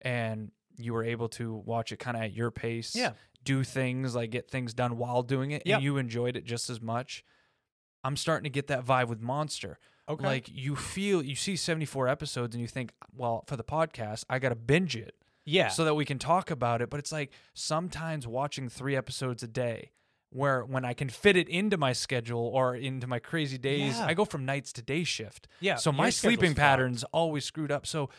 S1: and you were able to watch it kind of at your pace,
S2: Yeah.
S1: do things like get things done while doing it,
S2: Yep.
S1: and you enjoyed it just as much. I'm starting to get that vibe with Monster.
S2: Okay.
S1: Like you feel you see 74 episodes and you think, well, for the podcast, I got to binge it
S2: yeah.
S1: so that we can talk about it, but it's like sometimes watching 3 episodes a day where when I can fit it into my schedule or into my crazy days,
S2: Yeah.
S1: I go from nights to day shift.
S2: yeah.
S1: So my
S2: your schedule's
S1: sleeping
S2: fucked.
S1: patterns always screwed up. So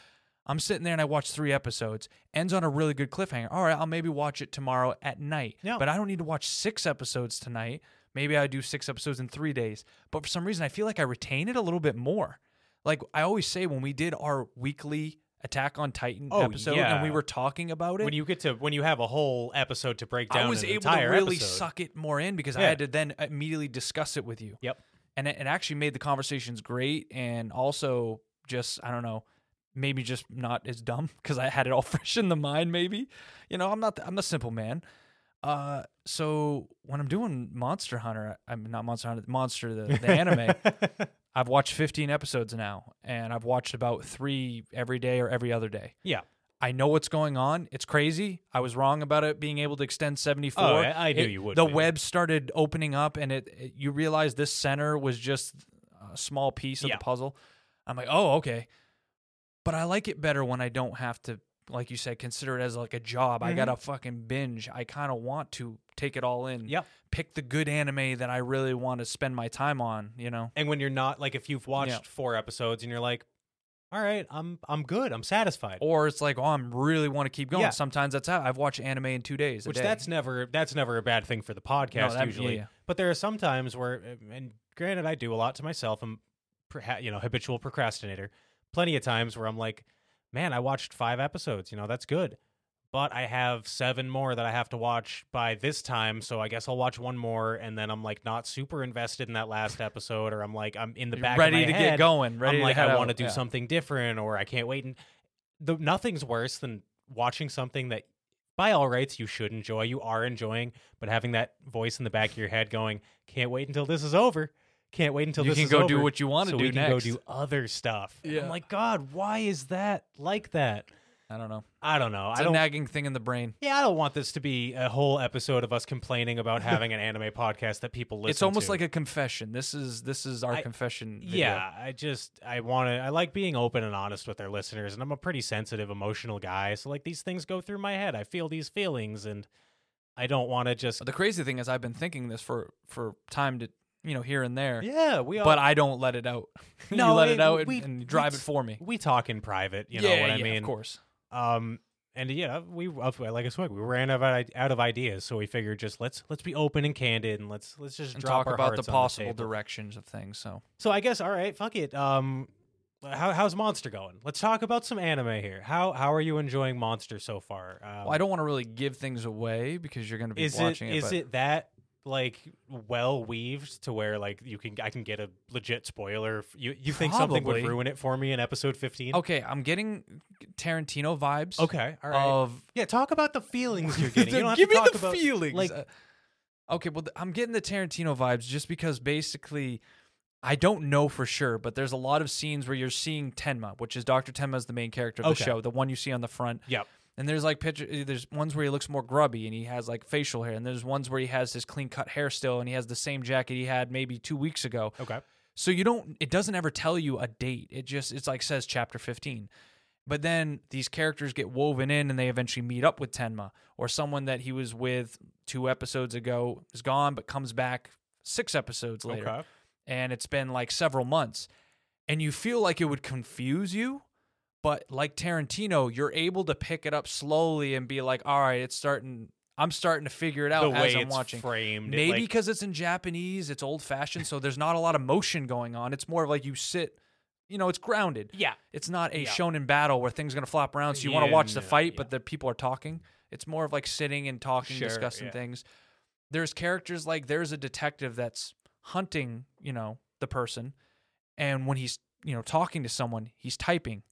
S1: I'm sitting there and I watch three episodes. Ends on a really good cliffhanger. All right, I'll maybe watch it tomorrow at night.
S2: Yeah.
S1: But I don't need to watch six episodes tonight. Maybe I do six episodes in three days. But for some reason, I feel like I retain it a little bit more. Like I always say when we did our weekly Attack on Titan
S2: Oh,
S1: episode and
S2: yeah.
S1: we were talking about it.
S2: When you get to when you have a whole episode to break down,
S1: I was
S2: an
S1: able to
S2: entire
S1: really
S2: episode.
S1: suck it more in because I
S2: Yeah.
S1: had to then immediately discuss it with you.
S2: Yep.
S1: And it, it actually made the conversations great and also just, I don't know, maybe just not as dumb because I had it all fresh in the mind, maybe. You know, I'm not, th- I'm a simple man. Uh, so when I'm doing Monster Hunter, I- I'm not Monster Hunter, Monster the, the anime. I've watched 15 episodes now, and I've watched about three every day or every other day.
S2: Yeah.
S1: I know what's going on. It's crazy. I was wrong about it being able to extend 74.
S2: Oh, I- I knew
S1: It-
S2: you would
S1: The
S2: be.
S1: web started opening up, and it, it- you realize this center was just a small piece of
S2: Yeah.
S1: the puzzle. I'm like, oh, okay. But I like it better when I don't have to, like you said, consider it as like a job. I
S2: Mhm.
S1: gotta fucking binge. I kind of want to take it all in.
S2: Yep.
S1: Pick the good anime that I really want to spend my time on. You know.
S2: And when you're not like if you've watched
S1: Yeah.
S2: four episodes and you're like, all right, I'm I'm good, I'm satisfied.
S1: Or it's like, oh, I'm really want to keep going.
S2: Yeah.
S1: Sometimes that's how I've watched anime in two days. a
S2: Which
S1: day.
S2: that's never that's never a bad thing for the podcast
S1: that- yeah,
S2: usually.
S1: yeah.
S2: But there are some times where uh, and granted I do a lot to myself. I'm perha- you know habitual procrastinator. Plenty of times where I'm like, man, I watched five episodes. You know that's good, but I have seven more that I have to watch by this time. So I guess I'll watch one more, and then I'm like not super invested in that last episode, or I'm like I'm in the
S1: You're
S2: back of
S1: ready
S2: my
S1: to
S2: head.
S1: get going. Ready
S2: I'm
S1: to
S2: like,
S1: head
S2: I
S1: out.
S2: want to do
S1: Yeah.
S2: something different, or I can't wait. And the, nothing's worse than watching something that, by all rights, you should enjoy. You are enjoying, but having that voice in the back of your head going, "Can't wait until this is over. Can't wait until
S1: You
S2: this
S1: can
S2: is
S1: go
S2: over,
S1: do what you want to
S2: so
S1: do
S2: we can
S1: next.
S2: go do other stuff." And
S1: Yeah.
S2: I'm like, God, why is that like that?
S1: I don't know.
S2: I don't know.
S1: It's
S2: I
S1: a
S2: don't.
S1: nagging thing in the brain.
S2: yeah, I don't want this to be a whole episode of us complaining about having an anime podcast that people listen.
S1: It's almost
S2: to.
S1: like a confession. This is this is our
S2: I-
S1: confession. video.
S2: Yeah, I just I want to I like being open and honest with our listeners and I'm a pretty sensitive emotional guy, so like these things go through my head. I feel these feelings and I don't want to just
S1: The crazy thing is, I've been thinking this for for time to you know here and there,
S2: Yeah, we all
S1: but I don't let it out.
S2: No,
S1: you let it,
S2: it-
S1: out and,
S2: we-
S1: and
S2: we
S1: you drive it
S2: s-
S1: for me.
S2: we talk in private, you know
S1: yeah,
S2: what I
S1: yeah,
S2: mean?
S1: Of course.
S2: Um and yeah, we of- like I said, we ran out of, i- out of ideas, so we figured just let's let's be open and candid and let's let's just
S1: And
S2: drop
S1: talk
S2: our
S1: about the
S2: hearts on
S1: possible
S2: table.
S1: directions of things. So
S2: So I guess all right, fuck it. Um, how, how's Monster going? Let's talk about some anime here. How how are you enjoying Monster so far? Um,
S1: well, I don't want to really give things away because you're going to be
S2: is
S1: watching
S2: it
S1: it.
S2: is
S1: but
S2: it that like well weaved to where like you can I can get a legit spoiler? If You you think something would
S1: Probably. Oh,
S2: ruin it for me in episode fifteen?
S1: Okay, I'm getting Tarantino vibes.
S2: okay, all right.
S1: Of
S2: Oh. yeah, talk about the feelings you're getting. You don't have
S1: Give
S2: to
S1: me
S2: talk
S1: the
S2: about,
S1: feelings.
S2: like-
S1: Uh, okay, well, th- I'm getting the Tarantino vibes just because basically, I don't know for sure, but there's a lot of scenes where you're seeing Tenma, which is Doctor Tenma is the main character of the
S2: Okay.
S1: show, the one you see on the front.
S2: Yep.
S1: And there's like picture. uh, There's ones where he looks more grubby and he has like facial hair, and there's ones where he has his clean cut hair still, and he has the same jacket he had maybe two weeks ago.
S2: Okay.
S1: So you don't it doesn't ever tell you a date. It just it's like says chapter 15. But then these characters get woven in and they eventually meet up with Tenma or someone that he was with 2 episodes ago is gone but comes back 6 episodes later
S2: Okay.
S1: and it's been like several months and you feel like it would confuse you but like Tarantino you're able to pick it up slowly and be like all right it's starting I'm starting to figure it out
S2: the way
S1: as I'm
S2: it's
S1: watching.
S2: framed. it,
S1: Maybe
S2: like,
S1: because it's in Japanese, it's old fashioned, so there's not a lot of motion going on. It's more of like you sit, you know, it's grounded.
S2: yeah,
S1: It's not a
S2: Yeah.
S1: shonen battle where things are gonna flop around, so you want to watch the
S2: Yeah,
S1: fight,
S2: yeah.
S1: but the people are talking. It's more of like sitting and talking,
S2: Sure,
S1: discussing
S2: yeah.
S1: things. There's characters like there's a detective that's hunting, you know, the person, and when he's you know talking to someone, he's typing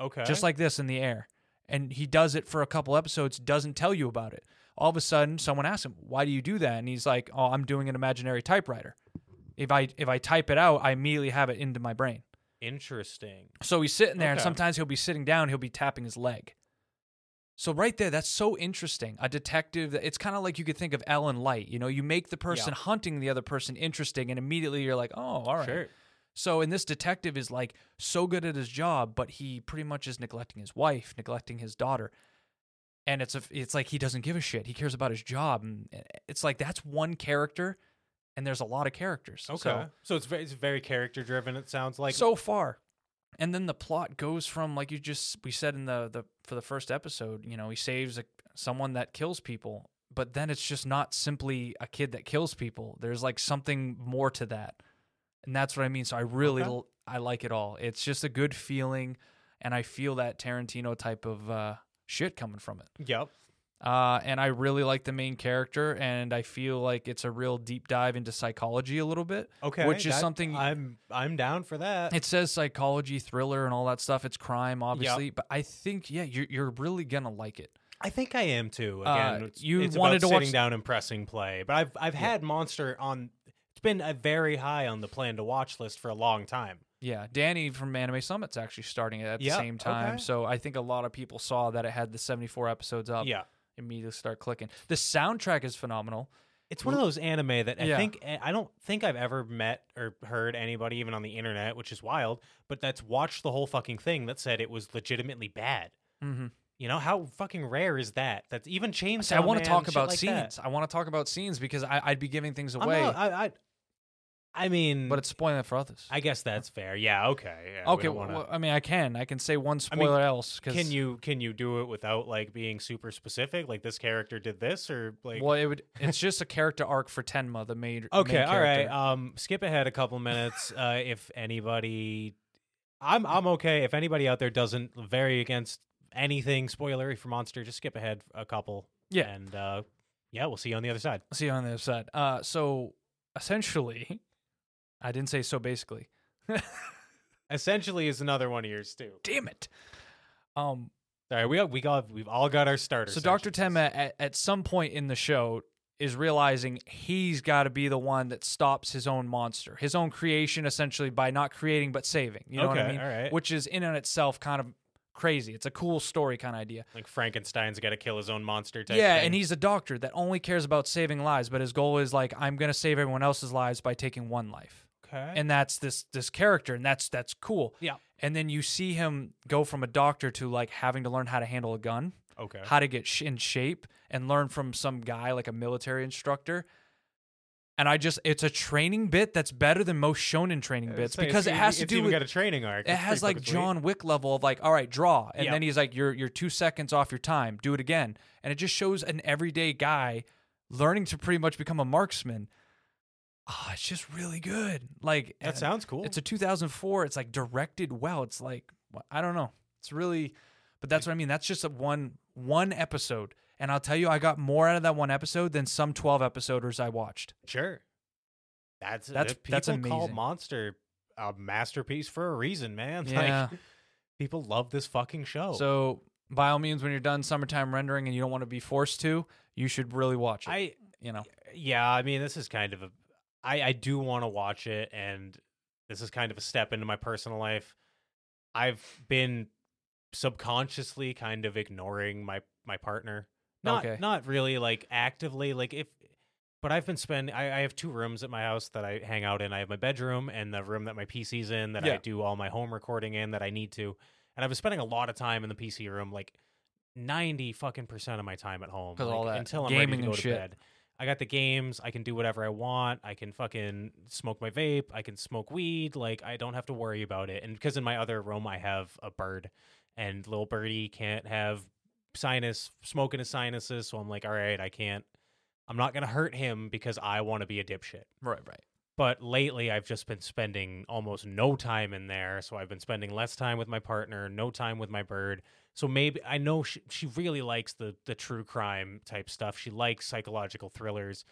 S2: okay,
S1: just like this in the air. And he does it for a couple episodes, doesn't tell you about it. All of a sudden, someone asks him, "Why do you do that?" And he's like, "Oh, I'm doing an imaginary typewriter. If I if I type it out, I immediately have it into my brain."
S2: interesting.
S1: So he's sitting there, and
S2: Okay.
S1: sometimes he'll be sitting down, he'll be tapping his leg. So right there, that's so interesting. A detective. It's kind of like you could think of Ellen Light. You know, you make the person hunting the other person interesting, and immediately you're like, "Oh, all right."
S2: Sure.
S1: So, and this detective is like so good at his job, but he pretty much is neglecting his wife, neglecting his daughter. And it's a, it's like he doesn't give a shit. He cares about his job, and eh, it's like that's one character, and there's a lot of characters.
S2: Okay.
S1: So,
S2: So, it's very, it's very character driven. It sounds like.
S1: so far, and then the plot goes from like you just we said in the the for the first episode, you know, he saves a, someone that kills people, but then it's just not simply a kid that kills people. There's like something more to that, and that's what I mean. So I really
S2: Okay.
S1: l- I like it all. It's just a good feeling, and I feel that Tarantino type of uh, shit coming from it.
S2: yep.
S1: Uh, and I really like the main character, and I feel like it's a real deep dive into psychology a little bit.
S2: Okay.
S1: which is
S2: that-
S1: something
S2: I'm I'm down for that.
S1: it says psychology, thriller, and all that stuff. It's crime, obviously, but I think yeah, you're you're really gonna like it.
S2: I think I am too.
S1: Uh,
S2: Again, it's,
S1: you
S2: it's
S1: wanted to
S2: about sitting
S1: watch-
S2: down and pressing play, but I've I've had Monster on. It's been a very high on the plan to watch list for a long time.
S1: Yeah, Danny from Anime Summit's actually starting it at
S2: Yeah,
S1: the same time,
S2: okay.
S1: so I think a lot of people saw that it had the 74 episodes up.
S2: Yeah,
S1: immediately start clicking. The soundtrack is phenomenal.
S2: it's one of those anime that I
S1: Yeah.
S2: think eh, I don't think I've ever met or heard anybody even on the internet, which is wild. But that's watched the whole fucking thing that said it was legitimately bad.
S1: Mm-hmm.
S2: You know how fucking rare is that? That's even Chainsaw.
S1: I want
S2: Man,
S1: to talk
S2: shit
S1: about
S2: like that.
S1: scenes. I want to talk about scenes because I, I'd be giving things
S2: I'm
S1: away,
S2: not- I, I, I mean,
S1: but it's spoiling it for others.
S2: I guess that's fair. Yeah. Okay. yeah, we
S1: okay,
S2: don't wanna-
S1: well, I mean, I can I can say one
S2: I mean,
S1: spoiler else. Cause,
S2: can you can you do it without like being super specific like this character did this or like
S1: Well, it would. It's just a character arc for Tenma, the main.
S2: okay
S1: main
S2: all right
S1: character.
S2: um skip ahead a couple minutes uh if anybody i'm i'm okay if anybody out there doesn't vary against anything spoilery for monster just skip ahead a couple
S1: Yeah.
S2: and uh yeah we'll see you on the other side
S1: See you on the other side. Uh, so essentially, I didn't say so basically.
S2: essentially is another one of yours too
S1: Damn it. Um,
S2: sorry we we got we've all got our starters
S1: so Dr. Tema at, at some point in the show is realizing he's got to be the one that stops his own monster, his own creation, essentially by not creating but saving. You know what I
S2: Okay,
S1: mean?
S2: all right.
S1: Which is in and itself kind of crazy. It's a cool story kind of idea.
S2: like frankenstein's got to kill his own monster type
S1: yeah,
S2: thing.
S1: and he's a doctor that only cares about saving lives, but his goal is like I'm going to save everyone else's lives by taking one life.
S2: okay
S1: and that's this this character and that's that's cool
S2: Yeah.
S1: and then you see him go from a doctor to like having to learn how to handle a gun
S2: okay
S1: how to get sh- in shape and learn from some guy like a military instructor and i just it's a training bit that's better than most shonen training bits
S2: Say,
S1: because it
S2: it's-
S1: has to
S2: it's
S1: do
S2: even
S1: with
S2: got a training arc
S1: it
S2: It's
S1: has
S2: pretty
S1: like
S2: fucking sweet.
S1: John Wick level of like, all right, draw, and
S2: Yeah.
S1: then he's like, you're you're two seconds off your time, do it again, and it just shows an everyday guy learning to pretty much become a marksman. Ah, it's just really good. Like
S2: That
S1: uh,
S2: sounds cool.
S1: It's a 2004. It's like directed well. It's like wh- I don't know. It's really, but that's what I mean. That's just a one one episode, and I'll tell you, I got more out of that one episode than some 12 episoders I watched.
S2: Sure. That's
S1: That's-
S2: that's
S1: that's
S2: people call
S1: amazing.
S2: Monster a masterpiece for a reason, man.
S1: Yeah.
S2: Like people love this fucking show.
S1: So by all means, when you're done summertime rendering and you don't want to be forced to, you should really watch it.
S2: I
S1: you know,
S2: yeah, I mean this is kind of a I I do want to watch it and this is kind of a step into my personal life. I've been subconsciously kind of ignoring my my partner. Not
S1: Okay.
S2: not really like actively like if but I've been spending I, I have two rooms at my house that I hang out in. I have my bedroom and the room that my PC's in that
S1: Yeah.
S2: I do all my home recording in that I need to. And I've been spending a lot of time in the PC room, like ninety fucking percent of my time at home.
S1: 'Cause
S2: like,
S1: all that
S2: until I'm
S1: gaming
S2: ready to
S1: and
S2: go to
S1: shit.
S2: bed. I got the games. I can do whatever I want. I can fucking smoke my vape. I can smoke weed. Like I don't have to worry about it. And because in my other room I have a bird, and little birdie can't have sinus smoke in his sinuses. So I'm like, all right, I can't. I'm not gonna hurt him because I want to be a dipshit.
S1: Right, right.
S2: But lately, I've just been spending almost no time in there. So I've been spending less time with my partner, no time with my bird. So maybe I know she, she really likes the the true crime type stuff. She likes psychological thrillers.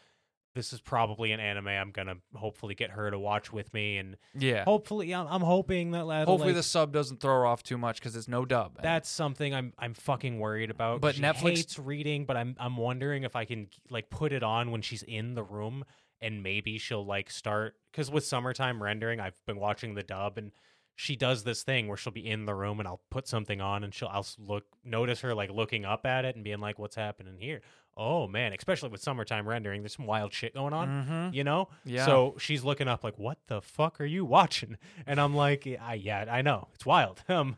S2: This is probably an anime I'm gonna hopefully get her to watch with me, and
S1: Yeah.
S2: hopefully I'm, I'm hoping that that'll,
S1: Hopefully
S2: like,
S1: the sub doesn't throw her off too much because it's no dub. And
S2: that's something I'm I'm fucking worried about.
S1: But
S2: She
S1: Netflix-
S2: hates reading, but I'm I'm wondering if I can like put it on when she's in the room and maybe she'll like start because with summertime rendering, I've been watching the dub and she does this thing where she'll be in the room and I'll put something on and she'll I'll s- look notice her like looking up at it and being like, "What's happening here?" Oh man, especially with summertime rendering, there's some wild shit going on
S1: Mhm.
S2: you know?
S1: Yeah.
S2: So she's looking up like, what the fuck are you watching? And I'm like, "Yeah, I, yeah, I know. It's wild. Um,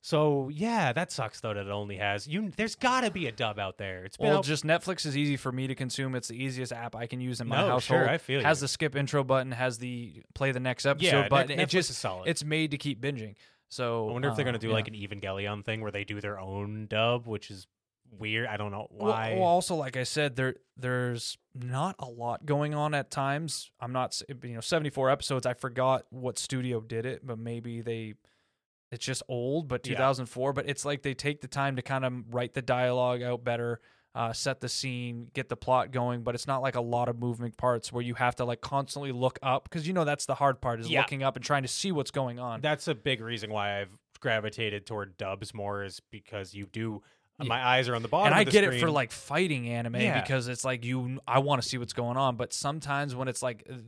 S2: so yeah, that sucks though that it only has you. There's got to be a dub out there. It's been
S1: Well,
S2: out-
S1: just Netflix is easy for me to consume. It's the easiest app I can use in my
S2: No,
S1: household.
S2: sure, I feel
S1: has
S2: you.
S1: the skip intro button, has the play the next episode
S2: yeah, but
S1: button.
S2: Netflix
S1: it just
S2: is solid.
S1: it's made to keep binging. So
S2: I wonder if they're
S1: uh,
S2: gonna do
S1: yeah.
S2: like an Evangelion thing where they do their own dub, which is weird. I don't know
S1: Well-
S2: why.
S1: Well, also like I said, there there's not a lot going on at times. I'm not s- you know 74 episodes. I forgot what studio did it, but maybe they it's just old, but
S2: Yeah.
S1: 2004. But it's like they take the time to kind of write the dialogue out better, uh, set the scene, get the plot going. But it's not like a lot of moving parts where you have to like constantly look up because you know that's the hard part is
S2: Yeah.
S1: looking up and trying to see what's going on.
S2: That's a big reason why I've gravitated toward dubs more is because you do.
S1: Yeah.
S2: My eyes are on the bottom.
S1: and I
S2: of the
S1: get it for
S2: screen.
S1: like fighting anime
S2: Yeah.
S1: because it's like you I want to see what's going on, but sometimes when it's like uh,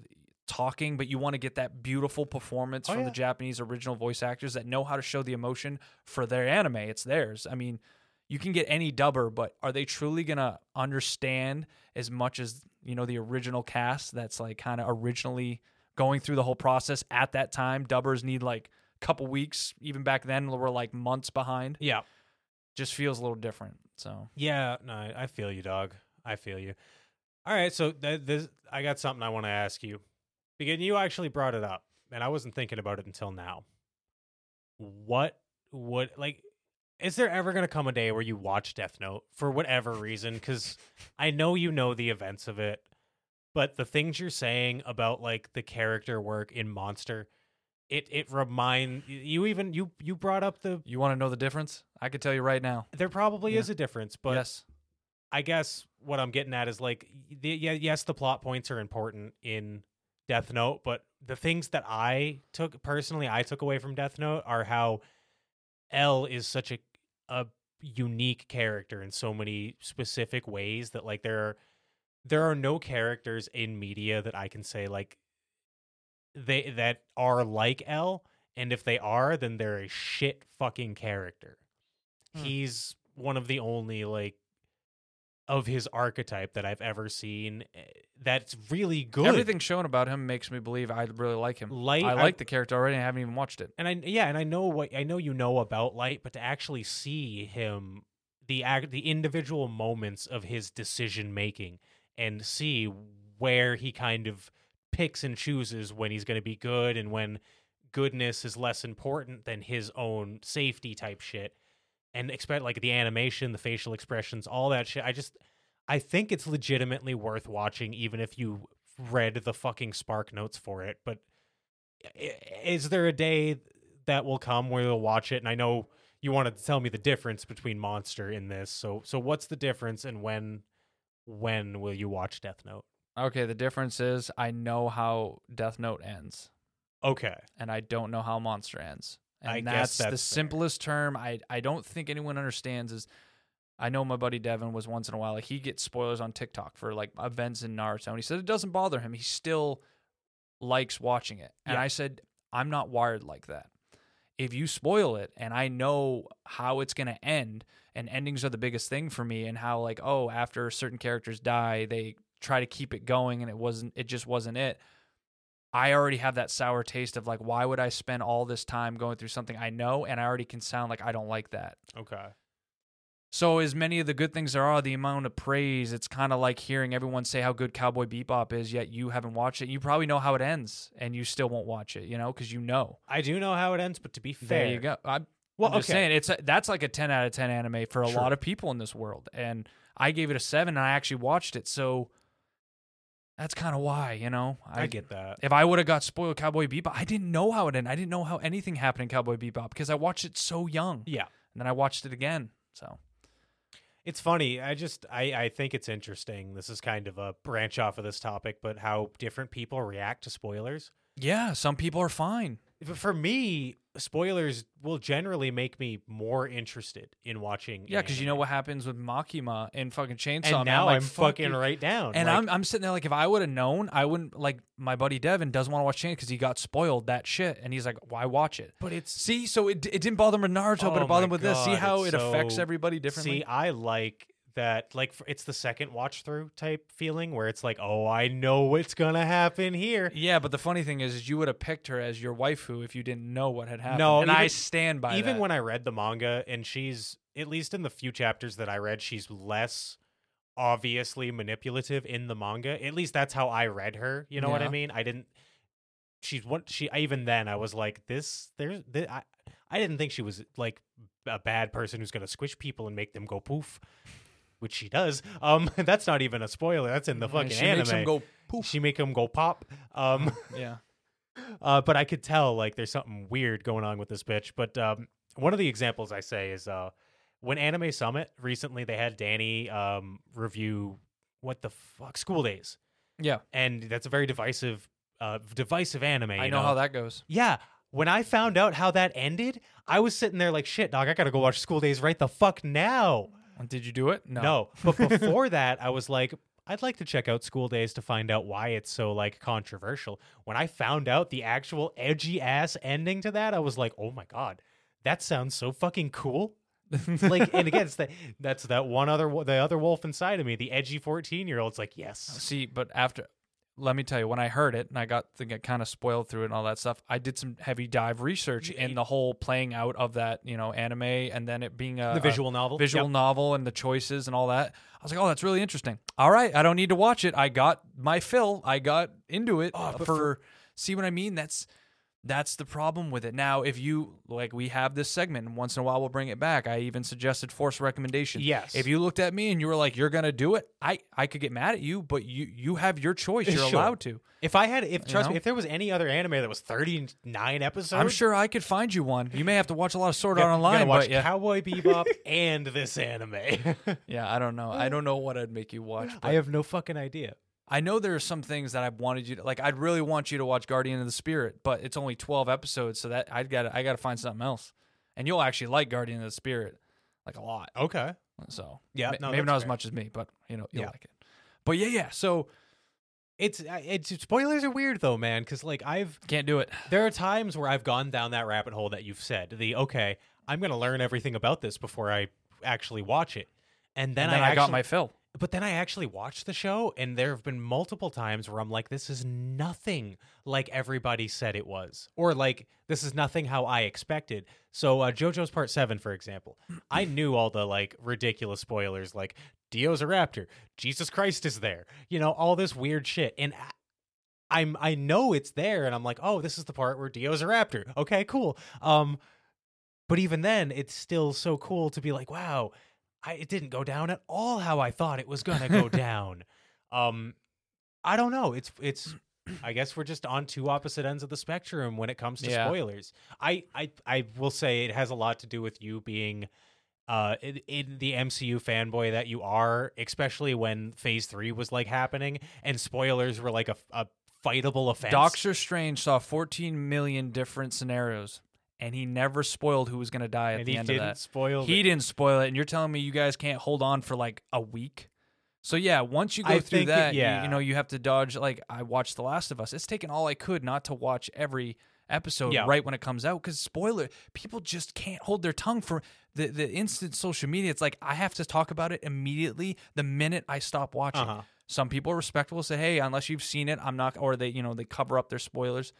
S1: talking but you want to get that beautiful performance
S2: Oh,
S1: from
S2: yeah.
S1: the Japanese original voice actors that know how to show the emotion for their anime, it's theirs. I mean, you can get any dubber, but are they truly going to understand as much as, you know, the original cast that's like kind of originally going through the whole process at that time? Dubbers need like a couple weeks, even back then we're like months behind.
S2: yeah.
S1: Just feels a little different. So,
S2: Yeah, no, I I feel you, dog. I feel you. All right, so th- this I got something I want to ask you. Begin. You actually brought it up, and I wasn't thinking about it until now. What would like? Is there ever gonna come a day where you watch Death Note for whatever reason? Because I know you know the events of it, but the things you're saying about like the character work in Monster, it it remind you even you you brought up the
S1: You want to know the difference? I could tell you right now.
S2: there probably
S1: Yeah.
S2: is a difference, but
S1: yes.
S2: I guess what I'm getting at is like, y- the, yeah, yes, the plot points are important in Death Note, but the things that I took personally, I took away from Death Note are how L is such a a unique character in so many specific ways that like there are there are no characters in media that I can say like they that are like L, and if they are, then they're a shit fucking character.
S1: Hmm.
S2: He's one of the only like of his archetype that I've ever seen eh, that's really good.
S1: Everything shown about him makes me believe I really like him.
S2: light,
S1: I like the character already. and I haven't even watched it.
S2: and I yeah, and I know what I know you know about Light, but to actually see him the act the individual moments of his decision making and see where he kind of picks and chooses when he's going to be good and when goodness is less important than his own safety type shit and expect like the animation, the facial expressions, all that shit. I just I think it's legitimately worth watching even if you read the fucking spark notes for it, but i- is there a day that will come where you'll watch it? And I know you wanted to tell me the difference between Monster and this. So so what's the difference and when when will you watch Death Note?
S1: Okay, the difference is I know how Death Note ends,
S2: Okay.
S1: and I don't know how Monster ends. And
S2: I
S1: that's,
S2: guess
S1: the
S2: that's fair.
S1: simplest term. I I don't think anyone understands is. I know my buddy Devin was once in a while like he gets spoilers on TikTok for like events in Naruto, and he said it doesn't bother him. He still likes watching it. And
S2: Yeah.
S1: I said, I'm not wired like that. If you spoil it and I know how it's going to end, and endings are the biggest thing for me, and how, like, oh, after certain characters die, they try to keep it going and it wasn't, it just wasn't it. I already have that sour taste of like, why would I spend all this time going through something I know? And I already can sound like I don't like that.
S2: Okay.
S1: So as many of the good things there are, the amount of praise, it's kind of like hearing everyone say how good Cowboy Bebop is, yet you haven't watched it. You probably know how it ends, and you still won't watch it, you know, because you know.
S2: I do know how it ends, but to be fair,
S1: There you go. I,
S2: Well,
S1: I'm just
S2: okay.
S1: saying it's a, that's like a 10 out of 10 anime for a
S2: Sure.
S1: lot of people in this world, and I gave it a seven, and I actually watched it, so that's kind of why you know
S2: I get that.
S1: If I would have got spoiled Cowboy Bebop, I didn't know how it ended. I didn't know how anything happened in Cowboy Bebop because I watched it so young,
S2: Yeah.
S1: and then I watched it again. So
S2: It's funny. I just I, I think it's interesting. This is kind of a branch off of this topic, but how different people react to spoilers.
S1: yeah, some people are fine.
S2: F- For me, spoilers will generally make me more interested in watching.
S1: Yeah, because you know
S2: anime.
S1: what happens with Makima and fucking Chainsaw
S2: And
S1: Man.
S2: now
S1: like,
S2: I'm
S1: fuck
S2: fucking
S1: you.
S2: right down.
S1: And
S2: like,
S1: I'm I'm sitting there like if I would have known, I wouldn't like my buddy Devin doesn't want to watch Chainsaw because he got spoiled that shit, and he's like, why watch it?
S2: but it's
S1: See, so it, it didn't bother him with Naruto, but
S2: Oh
S1: it bothered him
S2: my
S1: with this. See
S2: God,
S1: how it
S2: it's
S1: affects
S2: so-
S1: everybody differently.
S2: See, I like that. Like f- it's the second watch through type feeling where it's like, oh, I know what's gonna happen here.
S1: yeah, but the funny thing is, is you would have picked her as your waifu if you didn't know what had happened.
S2: No,
S1: and I
S2: even-
S1: stand by
S2: Even
S1: that.
S2: when I read the manga, and she's at least in the few chapters that I read, she's less obviously manipulative in the manga. At least that's how I read her. You know what I
S1: Yeah.
S2: mean? I didn't. She's what she. I- Even then, I was like, this. There's. This, I. I didn't think she was like a bad person who's gonna squish people and make them go poof, which she does. Um, that's not even a spoiler. That's in the
S1: And
S2: fucking
S1: she
S2: anime.
S1: makes him go poof.
S2: she make them go pop. Um.
S1: yeah,
S2: Uh, but I could tell like there's something weird going on with this bitch. But um, one of the examples I say is uh, when Anime Summit recently they had Danny um, review what the fuck school days,
S1: yeah.
S2: and that's a very divisive, uh, divisive anime.
S1: I
S2: you
S1: know how that goes.
S2: Yeah. When I found out how that ended, I was sitting there like, shit, dog, I gotta go watch School Days right the fuck now.
S1: Did you do it? No.
S2: No. But before that, I was like, I'd like to check out School Days to find out why it's so like controversial. When I found out the actual edgy ass ending to that, I was like, oh my god, that sounds so fucking cool. like, and again, it's the, that's that one other wo- the other wolf inside of me, the edgy fourteen year old's like, yes,
S1: See, but after, let me tell you, when I heard it and I got the kind of spoiled through it and all that stuff, I did some heavy dive research in the whole playing out of that, you know, anime and then it being a
S2: the
S1: a-
S2: Uh, visual novel,
S1: visual
S2: Yep.
S1: novel and the choices and all that. I was like, oh, that's really interesting. All right, I don't need to watch it. I got my fill. I got into it
S2: Oh,
S1: for,
S2: but for-
S1: see what I mean? That's that's the problem with it. Now, if you like, we have this segment, and once in a while we'll bring it back. I even suggested force recommendations.
S2: Yes.
S1: If you looked at me and you were like, "You're gonna do it," I I could get mad at you, but you you have your choice. You're
S2: Eh, Sure.
S1: allowed to.
S2: If I had, if trust
S1: know?
S2: me, if there was any other anime that was thirty nine episodes,
S1: I'm sure I could find you one. You may have to watch a lot of Sword
S2: you
S1: Art
S2: gotta- you gotta
S1: Online,
S2: watch
S1: but yeah,
S2: Cowboy Bebop and this anime.
S1: yeah, I don't know.
S2: Mm.
S1: I don't know what I'd make you watch. but-
S2: I have no fucking idea.
S1: I know there are some things that I've wanted you to like. I'd really want you to watch Guardian of the Spirit, but it's only twelve episodes, so that I got to I got to find something else. And you'll actually like Guardian of the Spirit like a lot.
S2: Okay.
S1: So
S2: Yeah,
S1: ma-
S2: no,
S1: maybe
S2: that's
S1: not as
S2: fair.
S1: much as me, but you know you'll
S2: Yeah.
S1: like it. But yeah, yeah. So
S2: It's I- it's spoilers are weird though, man. Because like I've
S1: can't do it.
S2: there are times where I've gone down that rabbit hole that you've said the okay, I'm gonna learn everything about this before I actually watch it, and then,
S1: And then I,
S2: actually,
S1: got my fill.
S2: But then I actually watched the show, and there have been multiple times where I'm like, this is nothing like everybody said it was, or like this is nothing how I expected. So uh, JoJo's Part Seven, for example, I knew all the like ridiculous spoilers, like Dio's a raptor, Jesus Christ is there, you know, all this weird shit, and. I- I'm I know it's there and I'm like, "Oh, this is the part where Dio's a raptor." Okay, cool. Um but even then, it's still so cool to be like, "Wow, I, it didn't go down at all how I thought it was going to go down. Um, I don't know. It's it's. I guess we're just on two opposite ends of the spectrum when it comes to
S1: Yeah.
S2: spoilers. I, I I will say it has a lot to do with you being uh in, in the MCU fanboy that you are, especially when Phase Three was like happening and spoilers were like a, a fightable offense.
S1: Doctor Strange saw fourteen million different scenarios, and he never spoiled who was going to die at
S2: and
S1: the
S2: he
S1: end
S2: didn't
S1: of that.
S2: spoil.
S1: He
S2: it.
S1: didn't spoil it, and you're telling me you guys can't hold on for like a week. So yeah, once you go
S2: I
S1: through
S2: think it-
S1: that, you- you,
S2: yeah.
S1: know you have to dodge. Like I watched The Last of Us. It's taken all I could not to watch every episode
S2: Yeah.
S1: right when it comes out because spoiler people just can't hold their tongue for the the instant social media. It's like I have to talk about it immediately the minute I stop watching.
S2: Uh-huh.
S1: Some people are respectable, say, "Hey, unless you've seen it, I'm not," or they you know they cover up their spoilers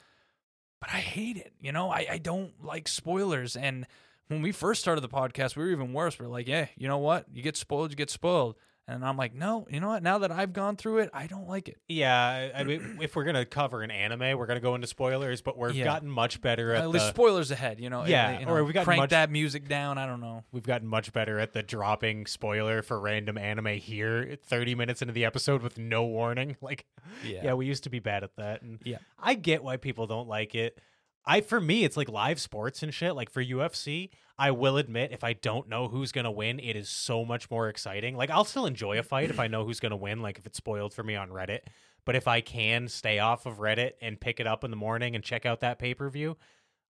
S1: but I hate it. You know, I, I don't like spoilers. And when we first started the podcast, we were even worse. We were like, yeah, you know what? You get spoiled, you get spoiled. And I'm like, no, you know what? Now that I've gone through it, I don't like it.
S2: Yeah, I I mean, if we're gonna cover an anime, we're gonna go into spoilers, but we've
S1: Yeah.
S2: gotten much better at,
S1: At least
S2: the,
S1: spoilers ahead, you know. if
S2: Yeah,
S1: they- you
S2: or
S1: know,
S2: we got
S1: crank
S2: much-
S1: that music down. I don't know.
S2: we've gotten much better at the dropping spoiler for random anime here, thirty minutes into the episode with no warning. Like, yeah, we used to be bad at that, and
S1: Yeah.
S2: I get why people don't like it. I for me, it's like live sports and shit. Like for UFC, I will admit if I don't know who's gonna win, it is so much more exciting. Like I'll still enjoy a fight if I know who's gonna win. Like if it's spoiled for me on Reddit, but if I can stay off of Reddit and pick it up in the morning and check out that pay per view,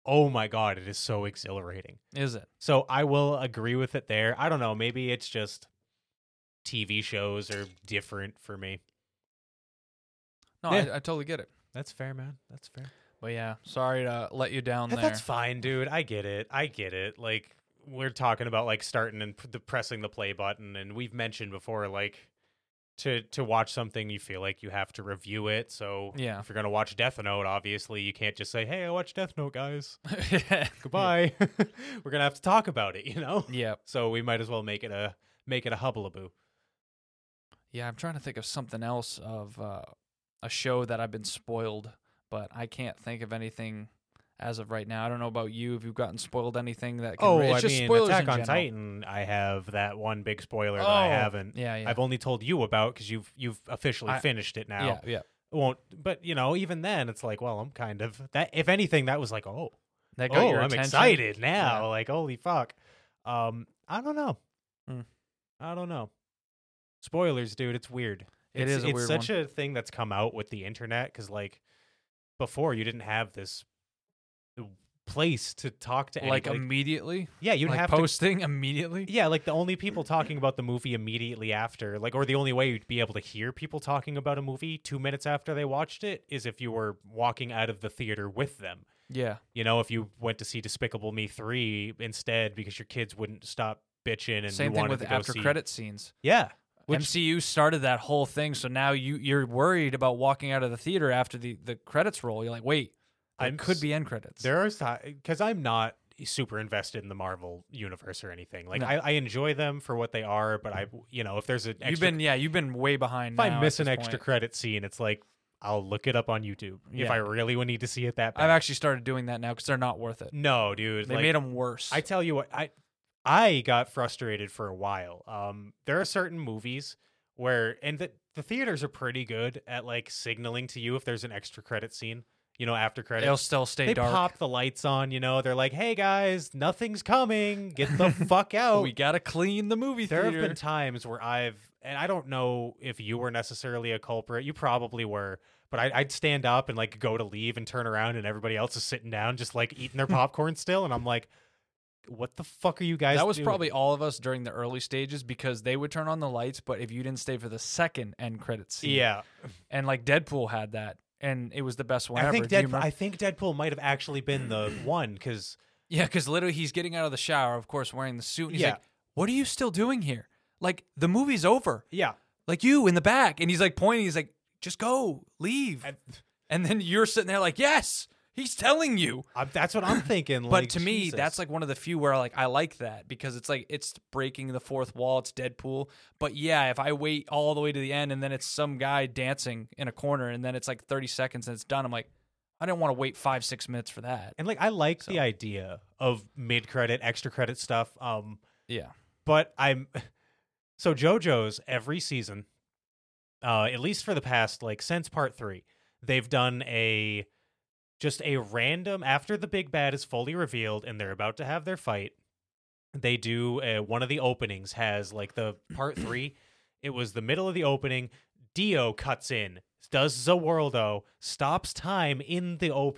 S2: oh my god, it is so exhilarating.
S1: Is it?
S2: So I will agree with it there. I don't know. Maybe it's just TV shows are different for me.
S1: No,
S2: Yeah.
S1: I, I totally get it.
S2: That's fair, man. That's fair.
S1: But yeah, sorry to let you down
S2: Yeah,
S1: there.
S2: That's fine, dude. I get it. I get it. Like we're talking about like starting and p- the pressing the play button, and we've mentioned before like to to watch something you feel like you have to review it. So
S1: Yeah.
S2: if you're gonna watch Death Note, obviously you can't just say, "Hey, I watched Death Note, guys.
S1: yeah.
S2: Goodbye." we're gonna have to talk about it, you know.
S1: Yeah.
S2: So we might as well make it a make it a hubbalaboo.
S1: Yeah, I'm trying to think of something else of uh, a show that I've been spoiled, but I can't think of anything as of right now. I don't know about you if you've gotten spoiled anything that can
S2: Oh,
S1: it's
S2: I
S1: just
S2: mean,
S1: spoilers
S2: Attack
S1: in
S2: on
S1: general.
S2: Titan. I have that one big spoiler that I
S1: Oh,
S2: haven't.
S1: Yeah, yeah.
S2: I've only told you about because you've you've officially
S1: I-
S2: finished it now.
S1: yeah, yeah.
S2: won't but you know even then it's like well i'm kind of that if anything that was like oh
S1: That got
S2: oh
S1: your
S2: i'm
S1: attention?
S2: excited now
S1: Yeah.
S2: like holy fuck um i don't know
S1: Hmm.
S2: i don't know spoilers dude it's weird
S1: It
S2: it's,
S1: is a
S2: it's
S1: weird
S2: such a thing that's come out with the internet because like before you didn't have this uh, place to talk to any-
S1: like, immediately,
S2: yeah you'd
S1: like
S2: have to
S1: posting immediately.
S2: yeah, like the only people talking about the movie immediately after, like, or the only way you'd be able to hear people talking about a movie two minutes after they watched it is if you were walking out of the theater with them.
S1: Yeah,
S2: You know, if you went to see Despicable Me 3 instead because your kids wouldn't stop bitching and
S1: same
S2: you
S1: thing
S2: wanted
S1: with
S2: to go
S1: after
S2: see.
S1: credit scenes.
S2: Yeah. Which-
S1: MCU started that whole thing, so now you you're worried about walking out of the theater after the the credits roll. You're like, wait,
S2: I'm
S1: it could
S2: s-
S1: be end credits.
S2: There are because I'm not super invested in the Marvel universe or anything. Like,
S1: No.
S2: I, I enjoy them for what they are, but I, you know, if there's an extra,
S1: you've been yeah, you've been way behind.
S2: if I
S1: now at
S2: miss an
S1: this
S2: extra
S1: point.
S2: credit scene, it's like I'll look it up on YouTube if
S1: Yeah.
S2: I really would need to see it that bad.
S1: I've actually started doing that now because they're not worth it.
S2: no, dude.
S1: They
S2: like,
S1: made them worse.
S2: I tell you what, I I got frustrated for a while. Um, there are certain movies where, and the the theaters are pretty good at like signaling to you if there's an extra credit scene. You know, after credits,
S1: They'll still stay
S2: they
S1: dark.
S2: pop the lights on. You know, they're like, "Hey guys, nothing's coming. Get the fuck out."
S1: we gotta clean the movie
S2: There have
S1: theater.
S2: been times where I've, and I don't know if you were necessarily a culprit. You probably were, but I, I'd stand up and like go to leave and turn around, and everybody else is sitting down, just like eating their popcorn still, and I'm like, "What the fuck are you guys?"
S1: that was
S2: doing?"
S1: probably all of us during the early stages because they would turn on the lights, but if you didn't stay for the second end credit scene,
S2: yeah.
S1: and like Deadpool had that, and it was the best one
S2: I
S1: ever.
S2: think
S1: Do you
S2: Deadpool.
S1: remember-
S2: I think Deadpool might have actually been the one because
S1: Yeah, because literally he's getting out of the shower, of course, wearing the suit. And he's
S2: Yeah.
S1: like, What are you still doing here? Like, the movie's over.
S2: yeah,
S1: Like, you in the back. And he's like pointing, he's like, Just go, leave.
S2: I-
S1: and then you're sitting there like, Yes, he's telling you.
S2: I, that's what I'm thinking.
S1: But
S2: like,
S1: to me,
S2: Jesus.
S1: that's like one of the few where like I like that because it's like it's breaking the fourth wall. It's Deadpool. But yeah, if I wait all the way to the end and then it's some guy dancing in a corner and then it's like thirty seconds and it's done, I'm like, I didn't want to wait five six minutes for that.
S2: and like I like the idea of mid credit, extra credit stuff. Um,
S1: Yeah,
S2: but I'm so JoJo's every season, uh, at least for the past like since part three, they've done a just a random after the big bad is fully revealed and they're about to have their fight. They do uh, one of the openings has like the part three. It was the middle of the opening. Dio cuts in, does Zaworldo, stops time in the OP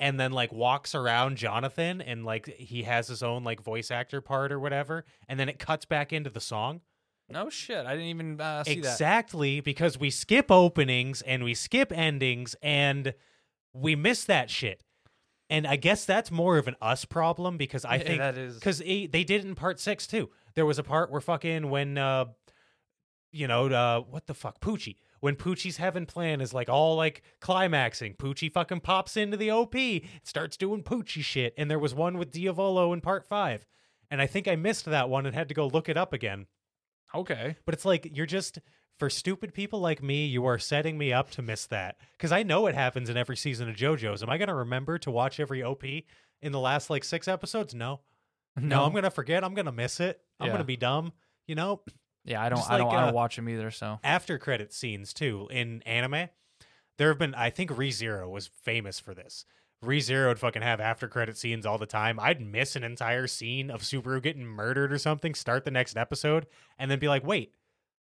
S2: and then like walks around Jonathan and like he has his own like voice actor part or whatever, and then it cuts back into the song.
S1: no shit, I didn't even uh, see that.
S2: exactly because we skip openings and we skip endings and we miss that shit. And I guess that's more of an us problem because I
S1: Yeah,
S2: think
S1: that is.
S2: because they, they did it in part six too. There was a part where fucking when uh, you know uh, what the fuck Poochie when Poochie's heaven plan is like all like climaxing. Poochie fucking pops into the OP, starts doing Poochie shit, and there was one with Diavolo in part five, and I think I missed that one and had to go look it up again.
S1: Okay.
S2: But it's like you're just for stupid people like me, you are setting me up to miss that because I know it happens in every season of JoJo's. Am I going to remember to watch every OP in the last like six episodes? No, no, I'm going to forget. I'm going to miss it. I'm
S1: Yeah.
S2: going to be dumb. You know,
S1: Yeah, I don't.
S2: just
S1: I don't.
S2: like,
S1: I don't
S2: uh,
S1: watch them either. So
S2: after credit scenes too in anime. There have been, I think ReZero was famous for this. ReZero would fucking have after credit scenes all the time. I'd miss an entire scene of Subaru getting murdered or something, start the next episode, and then be like, wait,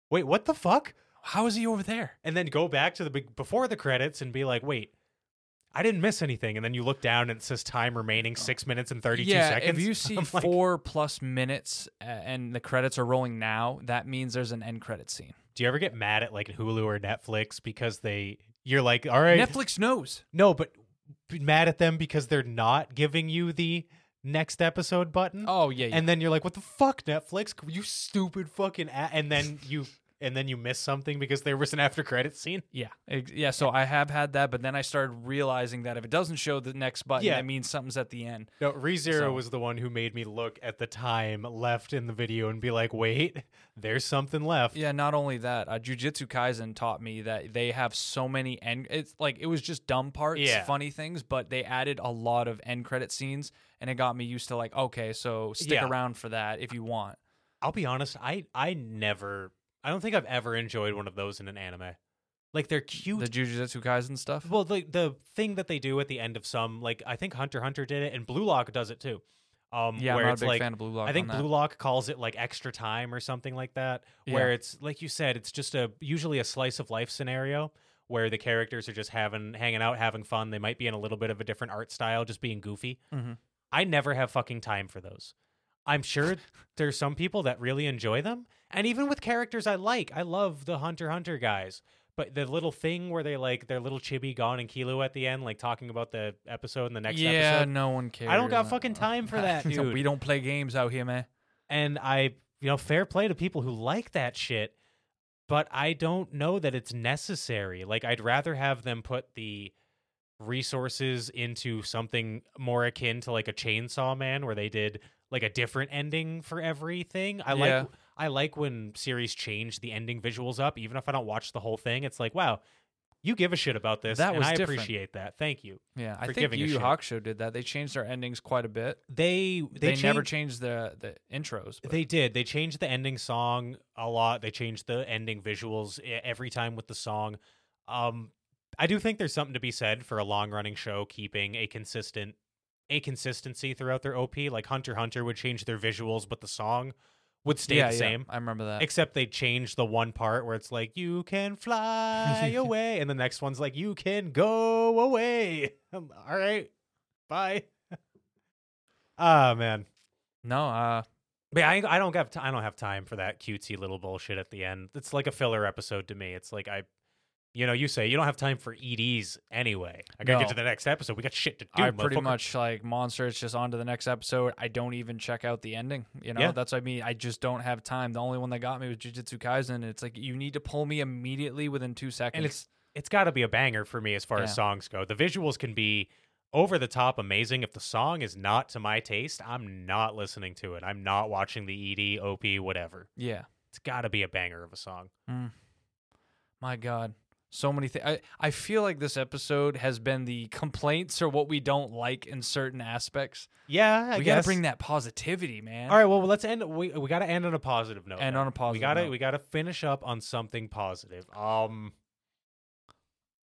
S2: wait, what the fuck?
S1: how is he over there?
S2: And then go back to the big, before the credits and be like, wait, I didn't miss anything. And then you look down and it says time remaining six minutes and 32
S1: Oh. yeah,
S2: seconds.
S1: if you see
S2: I'm like,
S1: four plus minutes uh, and the credits are rolling now, that means there's an end credit scene.
S2: do you ever get mad at like Hulu or Netflix because they, you're like, all right,
S1: Netflix knows.
S2: No, but be mad at them because they're not giving you the next episode button.
S1: Oh yeah, yeah.
S2: And then you're like, "What the fuck, Netflix? You stupid fucking!" A-. And then you and then you miss something because there was an after credit scene.
S1: yeah, ex- yeah. So I have had that, but then I started realizing that if it doesn't show the next button,
S2: Yeah.
S1: that means something's at the end.
S2: No, ReZero
S1: So-
S2: was the one who made me look at the time left in the video and be like, "Wait, there's something left."
S1: Yeah, not only that, uh, Jujutsu Kaisen taught me that they have so many end. It's like it was just dumb parts,
S2: Yeah.
S1: funny things, but they added a lot of end credit scenes, and it got me used to like, okay, so stick
S2: Yeah.
S1: around for that if you want.
S2: I'll be honest, I I never, I don't think I've ever enjoyed one of those in an anime. Like they're cute
S1: The Jujutsu Kaisen stuff.
S2: Well, the the thing that they do at the end of some, like I think Hunter x Hunter did it, and Blue Lock does it too. Um,
S1: Yeah,
S2: where
S1: I'm not a
S2: it's
S1: big
S2: like
S1: fan of Blue Lock.
S2: I think
S1: on that.
S2: Blue Lock calls it like extra time or something like that. Where
S1: Yeah.
S2: it's like you said, it's just a usually a slice of life scenario where the characters are just having hanging out, having fun. They might be in a little bit of a different art style, just being goofy.
S1: Mhm.
S2: I never have fucking time for those. I'm sure there's some people that really enjoy them. And even with characters I like, I love the Hunter x Hunter guys. But the little thing where they like their little chibi gone and Kilo at the end, like talking about the episode and the next
S1: yeah,
S2: episode.
S1: no one cares.
S2: I don't got
S1: Uh,
S2: fucking time for that,
S1: Yeah,
S2: dude.
S1: we don't play games out here, man.
S2: And I, you know, fair play to people who like that shit. But I don't know that it's necessary. Like, I'd rather have them put the resources into something more akin to like a chainsaw man where they did like a different ending for everything. I
S1: Yeah.
S2: like I like when series change the ending visuals up even if I don't watch the whole thing. It's like, wow, you give a shit about this
S1: That
S2: and
S1: was
S2: I
S1: different.
S2: appreciate that. Thank you.
S1: Yeah, I
S2: For
S1: think
S2: giving
S1: Yu
S2: a
S1: Yu
S2: shit.
S1: Hakusho did that. They changed their endings quite a bit.
S2: They
S1: They,
S2: they,
S1: never
S2: changed-
S1: changed the the intros. but-
S2: They did. They changed the ending song a lot. They changed the ending visuals e- every time with the song. Um, I do think there's something to be said for a long running show keeping a consistent a consistency throughout their OP. Like Hunter x Hunter would change their visuals, but the song would stay
S1: yeah,
S2: the
S1: yeah, Uh,
S2: same.
S1: I remember that.
S2: Except they changed the one part where it's like you can fly away, and the next one's like you can go away. Um, All right, bye. Ah man.
S1: no, uh,
S2: But I, I don't have t- I don't have time for that cutesy little bullshit at the end. It's like a filler episode to me. It's like I, you know, you say you don't have time for EDs anyway. I gotta
S1: No.
S2: get to the next episode. We got shit to do.
S1: I pretty
S2: motherfucker.
S1: much like monster. It's just on to the next episode. I don't even check out the ending. You know,
S2: Yeah.
S1: that's what I mean. I just don't have time. The only one that got me was Jujutsu Kaisen. and It's like you need to pull me immediately within two seconds.
S2: it's- It's got to be a banger for me as far
S1: Yeah.
S2: as songs go. The visuals can be over the top amazing. If the song is not to my taste, I'm not listening to it. I'm not watching the E ED, OP, whatever.
S1: yeah.
S2: It's got to be a banger of a song.
S1: My God. So many things. I, I feel like this episode has been the complaints or what we don't like in certain aspects.
S2: Yeah, I
S1: we
S2: guess.
S1: gotta bring that positivity, man.
S2: All right, well, let's end. We, we got to end on a positive note.
S1: End
S2: then.
S1: on a positive
S2: We got to
S1: note.
S2: we got to finish up on something positive. Um.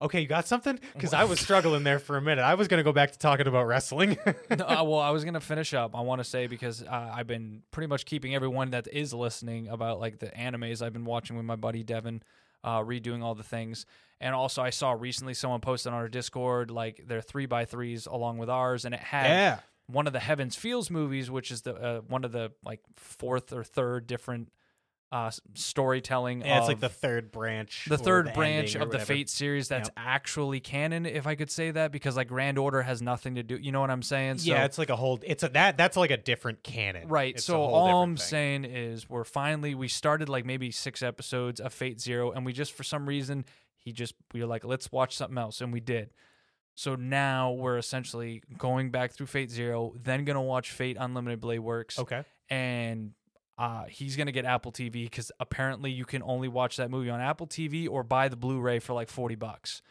S2: Okay, you got something? Because I was struggling there for a minute. I was gonna go back to talking about wrestling.
S1: No, uh, well, I was gonna finish up. I want to say because uh, I've been pretty much keeping everyone that is listening about like the animes I've been watching with my buddy Devin, uh, redoing all the things. And also, I saw recently someone posted on our Discord like their three by threes along with ours, and it had one of the Heavens Feels movies, which is the uh, one of the like fourth or third different uh, s- storytelling.
S2: Yeah, it's like
S1: of
S2: the third branch.
S1: Um, the
S2: or
S1: third
S2: the
S1: branch
S2: ending or
S1: of the
S2: whatever.
S1: Fate series that's
S2: Yep.
S1: actually canon, if I could say that, because like Grand Order has nothing to do. You know what I'm saying? So,
S2: yeah, it's like a whole. It's a that. That's like a different canon.
S1: right.
S2: It's a
S1: so
S2: whole
S1: all
S2: different
S1: I'm
S2: thing.
S1: saying is we're finally we started like maybe six episodes of Fate Zero, and we just for some reason he just we were like let's watch something else, and we did. So now we're essentially going back through Fate Zero, then gonna watch Fate Unlimited Blade Works,
S2: Okay.
S1: and Uh, he's gonna get Apple TV because apparently you can only watch that movie on Apple TV or buy the Blu-ray for like forty bucks.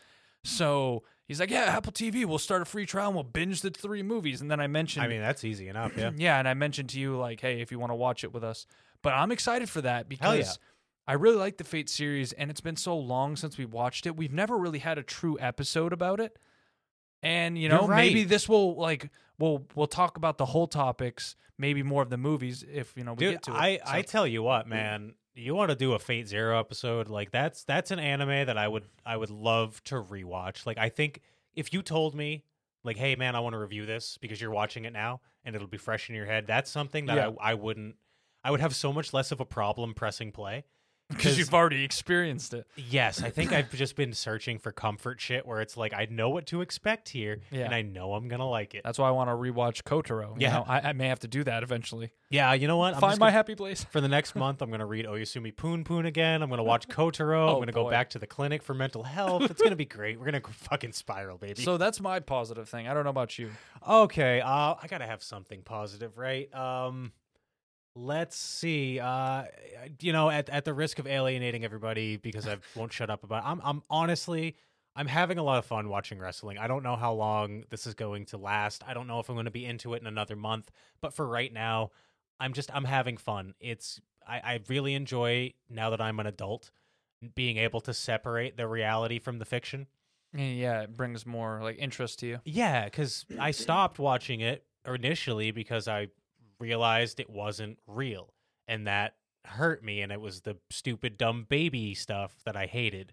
S1: So he's like, "Yeah, Apple TV. We'll start a free trial and we'll binge the three movies." And then I mentioned,
S2: I mean, that's easy enough. Yeah.
S1: yeah, and I mentioned to you like, "Hey, if you want to watch it with us," but I'm excited for that
S2: Hell
S1: because
S2: yeah.
S1: I really like the Fate series, and it's been so long since we watched it. We've never really had a true episode about it, and you
S2: You're
S1: know, maybe
S2: right.
S1: this will like we'll we'll talk about the whole topics, maybe more of the movies if you know we
S2: Dude,
S1: get to it.
S2: I, I
S1: So-
S2: tell you what, man, you want to do a Fate Zero episode? Like that's that's an anime that I would I would love to rewatch. Like I think if you told me, like, hey man, I want to review this because you're watching it now and it'll be fresh in your head. That's something that
S1: Yeah.
S2: I, I wouldn't. I would have so much less of a problem pressing play.
S1: because you've already experienced it.
S2: Yes, I think I've just been searching for comfort shit where it's like I know what to expect here
S1: Yeah.
S2: and I know I'm gonna like it.
S1: That's why I want to rewatch Kotaro. You
S2: Yeah.
S1: know, I, I may have to do that eventually.
S2: yeah, you know what? I'm
S1: Find
S2: just
S1: my
S2: gonna-
S1: happy place.
S2: for the next month, I'm going to read Oyasumi Poon Poon again. I'm going to watch
S1: Oh,
S2: Kotaro. I'm going to go
S1: boy.
S2: back to the clinic for mental health. It's going to be great. We're going to fucking spiral, baby.
S1: So that's my positive thing. I don't know about you.
S2: okay, uh, I got to have something positive, right? Um, let's see. Uh, you know, at, at the risk of alienating everybody because I won't shut up about I'm, I'm honestly, I'm having a lot of fun watching wrestling. I don't know how long this is going to last. I don't know if I'm going to be into it in another month. But for right now, I'm just I'm having fun. It's I, I really enjoy now that I'm an adult being able to separate the reality from the fiction.
S1: Yeah, it brings more like interest to you.
S2: Yeah, because I stopped watching it initially because I realized it wasn't real, and that hurt me, and it was the stupid, dumb baby stuff that I hated.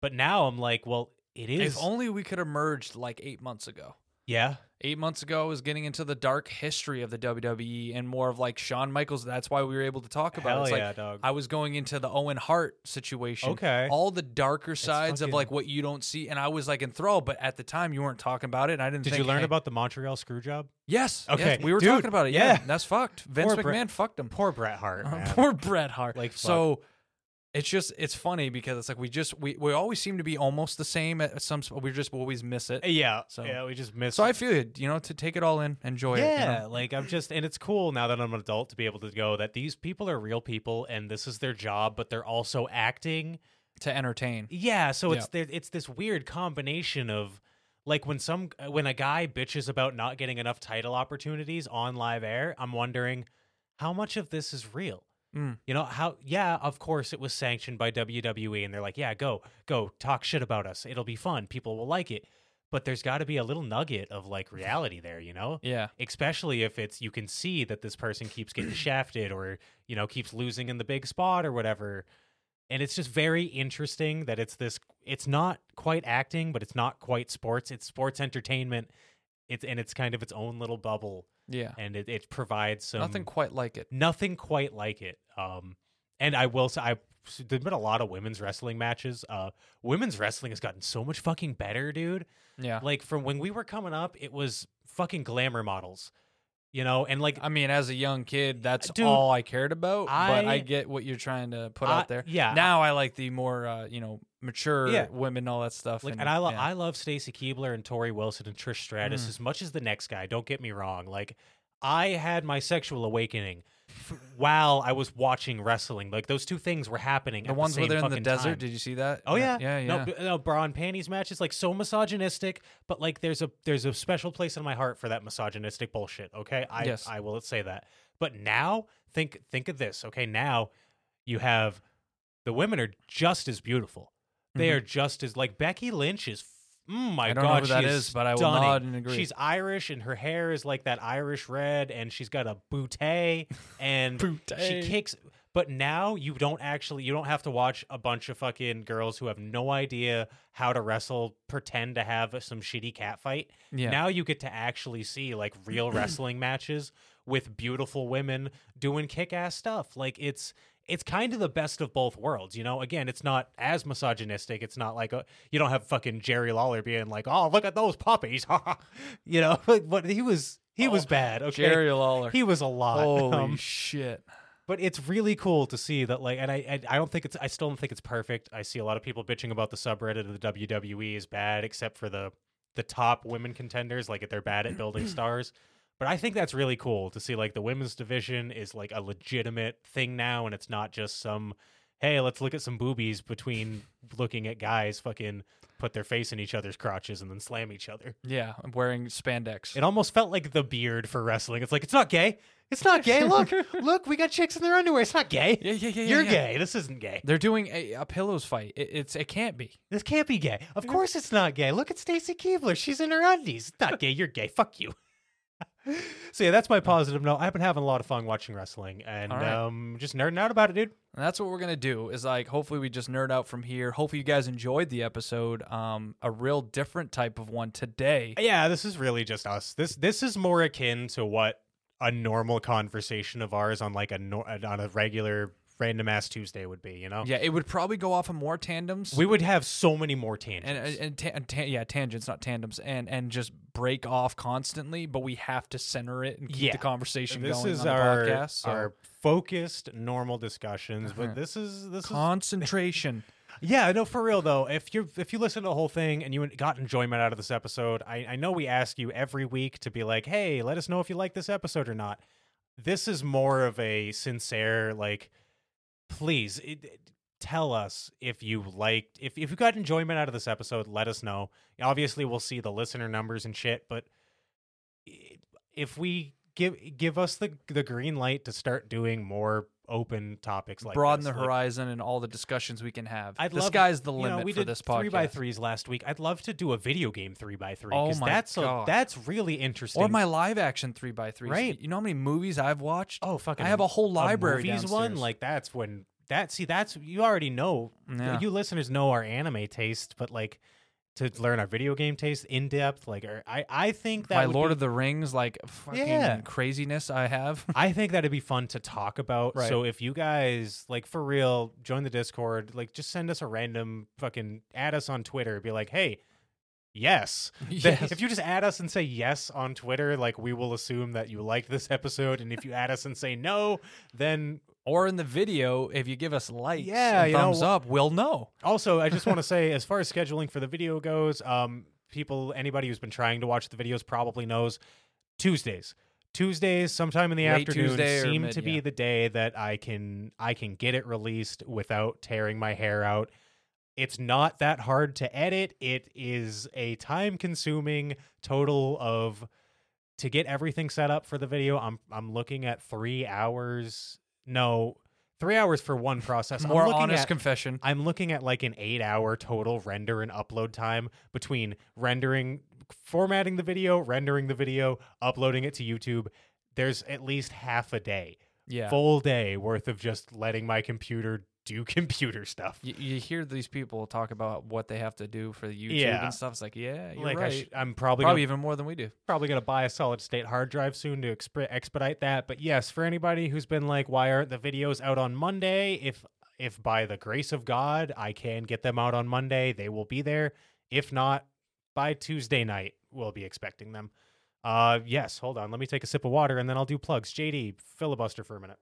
S2: But now I'm like, well, it is.
S1: If only we could have merged like eight months ago.
S2: yeah,
S1: eight months ago I was getting into the dark history of the WWE and more of like Shawn Michaels. That's why we were able to talk about
S2: hell
S1: it. It's
S2: yeah,
S1: like
S2: dog.
S1: I was going into the Owen Hart situation.
S2: okay,
S1: All the darker sides of
S2: fucking-
S1: like what you don't see, and I was like enthralled. But at the time, you weren't talking about it. And I didn't.
S2: did
S1: think,
S2: you learn
S1: hey-
S2: about the Montreal screw job?
S1: Yes. Okay.
S2: Okay,
S1: we were
S2: dude,
S1: talking about it. Yeah.
S2: yeah.
S1: That's fucked. Vince
S2: Bret-
S1: McMahon fucked him.
S2: Oh, Poor Bret Hart. man.
S1: Poor Bret Hart.
S2: Like, fuck.
S1: so, it's just it's funny because it's like we just we, we always seem to be almost the same at some. sp- We just always miss it.
S2: yeah,
S1: So-
S2: yeah, we just missed.
S1: So I feel it. You know, to take it all in, enjoy it. you know?
S2: yeah, like I'm just, and it's cool now that I'm an adult to be able to go that these people are real people and this is their job, but they're also acting.
S1: to entertain.
S2: Yeah, so
S1: Yeah.
S2: it's there, it's this weird combination of like when some uh, when a guy bitches about not getting enough title opportunities on live air, I'm wondering how much of this is real.
S1: Mm.
S2: You know how? Yeah, of course it was sanctioned by WWE, and they're like, "Yeah, go, go, talk shit about us. It'll be fun. People will like it." But there's got to be a little nugget of like reality there, you know?
S1: Yeah.
S2: especially if it's you can see that this person keeps getting shafted or you know keeps losing in the big spot or whatever and it's just very interesting that it's this it's not quite acting but it's not quite sports it's sports entertainment it's and it's kind of its own little bubble
S1: Yeah.
S2: and it, it provides some
S1: Nothing quite like it.
S2: nothing quite like it um and i will say i there's been a lot of women's wrestling matches uh women's wrestling has gotten so much fucking better dude
S1: Yeah.
S2: like from when we were coming up, it was fucking glamour models, you know, and like
S1: I mean, as a young kid, that's
S2: Dude,
S1: all I cared about. but I
S2: I-
S1: get what you're trying to put
S2: I-
S1: out there.
S2: yeah.
S1: Now I like the more, uh, you know, mature
S2: Yeah.
S1: women, all that stuff.
S2: like, and I love
S1: yeah. Mm.
S2: I love Stacy Keebler and Tori Wilson and Trish Stratus as much as the next guy. Don't get me wrong, like I had my sexual awakening f- while I was watching wrestling. Like those two things were happening.
S1: the
S2: at
S1: ones
S2: the
S1: where
S2: same
S1: they're in the
S2: fucking
S1: desert.
S2: time.
S1: Did you see that?
S2: Oh yeah,
S1: Yeah. Yeah.
S2: No, b- no bra and panties match. It's like so misogynistic, but like there's a there's a special place in my heart for that misogynistic bullshit. Okay, I
S1: Yes.
S2: I will say that. But now think think of this. Okay, now you have the women are just as beautiful. They
S1: Mhm.
S2: are just as like Becky Lynch is. f- Mm, my
S1: I don't know
S2: God,
S1: who
S2: she
S1: that
S2: is
S1: is, but I will
S2: stunning.
S1: nod and agree.
S2: She's Irish, and her hair is like that Irish red, and she's got a bootay, and she
S1: Bootay.
S2: kicks. But now you don't actually you don't have to watch a bunch of fucking girls who have no idea how to wrestle pretend to have some shitty cat fight.
S1: Yeah.
S2: Now you get to actually see like real wrestling matches with beautiful women doing kick-ass stuff. Like it's it's kind of the best of both worlds, you know. Again, it's not as misogynistic. It's not like a, you don't have fucking Jerry Lawler being like, "Oh, look at those puppies," you know. But he was he was bad. Okay,
S1: Oh, Jerry Lawler.
S2: he was a lot.
S1: Holy
S2: Um,
S1: shit.
S2: but it's really cool to see that like and I, I i don't think it's i still don't think it's perfect i see a lot of people bitching about the subreddit of the E wwe is bad except for the the top women contenders like they're bad at building stars But I think that's really cool to see like the women's division is like a legitimate thing now and it's not just some hey, let's look at some boobies between looking at guys fucking put their face in each other's crotches and then slam each other.
S1: Yeah, I'm wearing spandex.
S2: It almost felt like the beard for wrestling. It's like it's not gay. It's not gay. Look, look, we got chicks in their underwear. It's not gay.
S1: yeah, yeah, yeah. yeah,
S2: You're
S1: yeah.
S2: gay. This isn't gay.
S1: They're doing a, a pillows fight. It, it's it can't be.
S2: This can't be gay. Of course it's not gay. Look at Stacy Keebler. She's in her undies. It's not gay. You're gay. Fuck you. so yeah, that's my positive note. I've been having a lot of fun watching wrestling and
S1: All right.
S2: um, just nerding out about it, dude.
S1: And that's what we're gonna do. Is like hopefully we just nerd out from here. Hopefully you guys enjoyed the episode. Um, a real different type of one today.
S2: Yeah, this is really just us. This this is more akin to what a normal conversation of ours on like a nor- on a regular random ass Tuesday would be. You know,
S1: Yeah, it would probably go off of more tandems.
S2: we would have so many more tangents.
S1: and and, and, ta- and ta- yeah, tangents, not tandems, and and just break off constantly. But we have to center it and keep
S2: Yeah.
S1: the conversation
S2: this
S1: going
S2: is
S1: on the
S2: our
S1: podcast. So.
S2: our focused normal discussions,
S1: Uh-huh.
S2: but this is this is
S1: concentration.
S2: Yeah, no, for real though. If you if you listen to the whole thing and you got enjoyment out of this episode, I, I know we ask you every week to be like, hey, let us know if you like this episode or not. This is more of a sincere like, please it, it- tell us if you liked if if you got enjoyment out of this episode, let us know. Obviously, we'll see the listener numbers and shit, but i- if we give give us the the green light to start doing more open topics like
S1: broaden
S2: this,
S1: the
S2: like-
S1: horizon and all the discussions we can have.
S2: I'd
S1: the
S2: love-
S1: sky's the
S2: you
S1: limit
S2: know, we
S1: for
S2: did
S1: this podcast.
S2: Three by threes last week. I'd love to do a video game three by three.
S1: Oh
S2: 'cause
S1: my
S2: that's
S1: God.
S2: A, that's really interesting.
S1: or my live action three by three.
S2: Right.
S1: You know how many movies I've watched?
S2: oh fucking
S1: I have a whole library.
S2: movies one
S1: downstairs.
S2: like that's when that see that's you already know
S1: Yeah.
S2: you listeners know our anime taste, but like to learn our video game taste in depth, like or, I I think that
S1: my
S2: would
S1: Lord
S2: be,
S1: of the Rings, like fucking
S2: Yeah.
S1: craziness I have.
S2: I think that'd be fun to talk about.
S1: Right.
S2: So if you guys like for real, join the Discord. Like just send us a random fucking add us on Twitter. Be like, hey, yes. Th-
S1: Yes.
S2: If you just add us and say yes on Twitter, like we will assume that you liked this episode. And if you add us and say no, then
S1: or in the video, if you give us likes
S2: Yeah,
S1: and
S2: you know,
S1: thumbs
S2: wh-
S1: up, we'll know.
S2: also I just want to say as far as scheduling for the video goes, um, people anybody who's been trying to watch the videos probably knows Tuesdays. Tuesdays, sometime in the
S1: Late
S2: afternoon,
S1: Tuesday or
S2: seem
S1: mid-
S2: to be
S1: yeah.
S2: the day that I can I can get it released without tearing my hair out. It's not that hard to edit. It is a time consuming total of to get everything set up for the video. I'm I'm looking at three hours. No, three hours for one process. I'm
S1: More
S2: looking
S1: honest
S2: at-
S1: confession.
S2: I'm looking at like an eight hour total render and upload time between rendering, formatting the video, rendering the video, uploading it to YouTube. There's at least half a day,
S1: Yeah.
S2: full day worth of just letting my computer do computer stuff.
S1: you, you hear these people talk about what they have to do for YouTube
S2: Yeah.
S1: and stuff. It's like, yeah, you're
S2: like
S1: right.
S2: I sh- I'm
S1: Probably
S2: probably probably gonna,
S1: even more than we do.
S2: probably gonna buy a solid state hard drive soon to exp- expedite that. But yes, for anybody who's been like, why aren't the videos out on Monday? If if by the grace of God I can get them out on Monday, they will be there. If not, by Tuesday night we'll be expecting them. Uh, yes. Hold on. Let me take a sip of water and then I'll do plugs. JD, filibuster for a minute.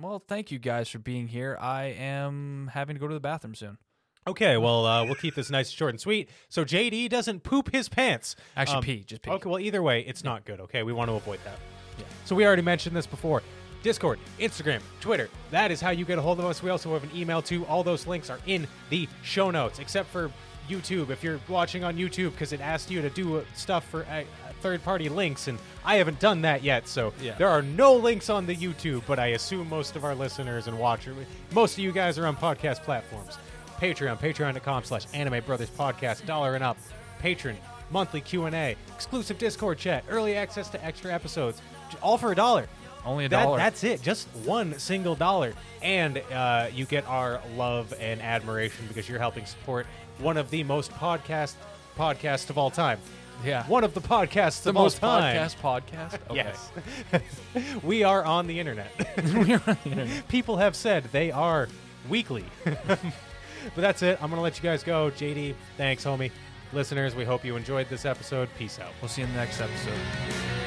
S1: Well, thank you guys for being here. I am having to go to the bathroom soon.
S2: Okay. Well, uh, we'll keep this nice, short, and sweet. So JD doesn't poop his pants.
S1: Actually,
S2: Um,
S1: pee, just pee.
S2: Okay, well, either way, it's not good, okay? We want to avoid that.
S1: Yeah.
S2: So we already mentioned this before. Discord, Instagram, Twitter. That is how you get a hold of us. We also have an email too. All those links are in the show notes, except for YouTube. If you're watching on YouTube, because it asked you to do uh, stuff for uh, third party links, and I haven't done that yet. So
S1: Yeah.
S2: there are no links on the YouTube, but I assume most of our listeners and watchers, most of you guys are on podcast platforms. Patreon, patreon.com slash anime brothers podcast, dollar and up. Patron, monthly Q&A, exclusive Discord chat, early access to extra episodes, j- all for a dollar.
S1: Only a
S2: That-
S1: dollar.
S2: That's it, just one single dollar. And uh, you get our love and admiration because you're helping support one of the most podcast podcasts of all time.
S1: Yeah.
S2: One of the podcasts
S1: the,
S2: of all
S1: most
S2: time.
S1: podcast podcast. Okay.
S2: Yes. we are on the internet. People have said they are weekly. but that's it. I'm going to let you guys go. JD, thanks, homie. Listeners, we hope you enjoyed this episode. Peace out.
S1: We'll see you in the next episode.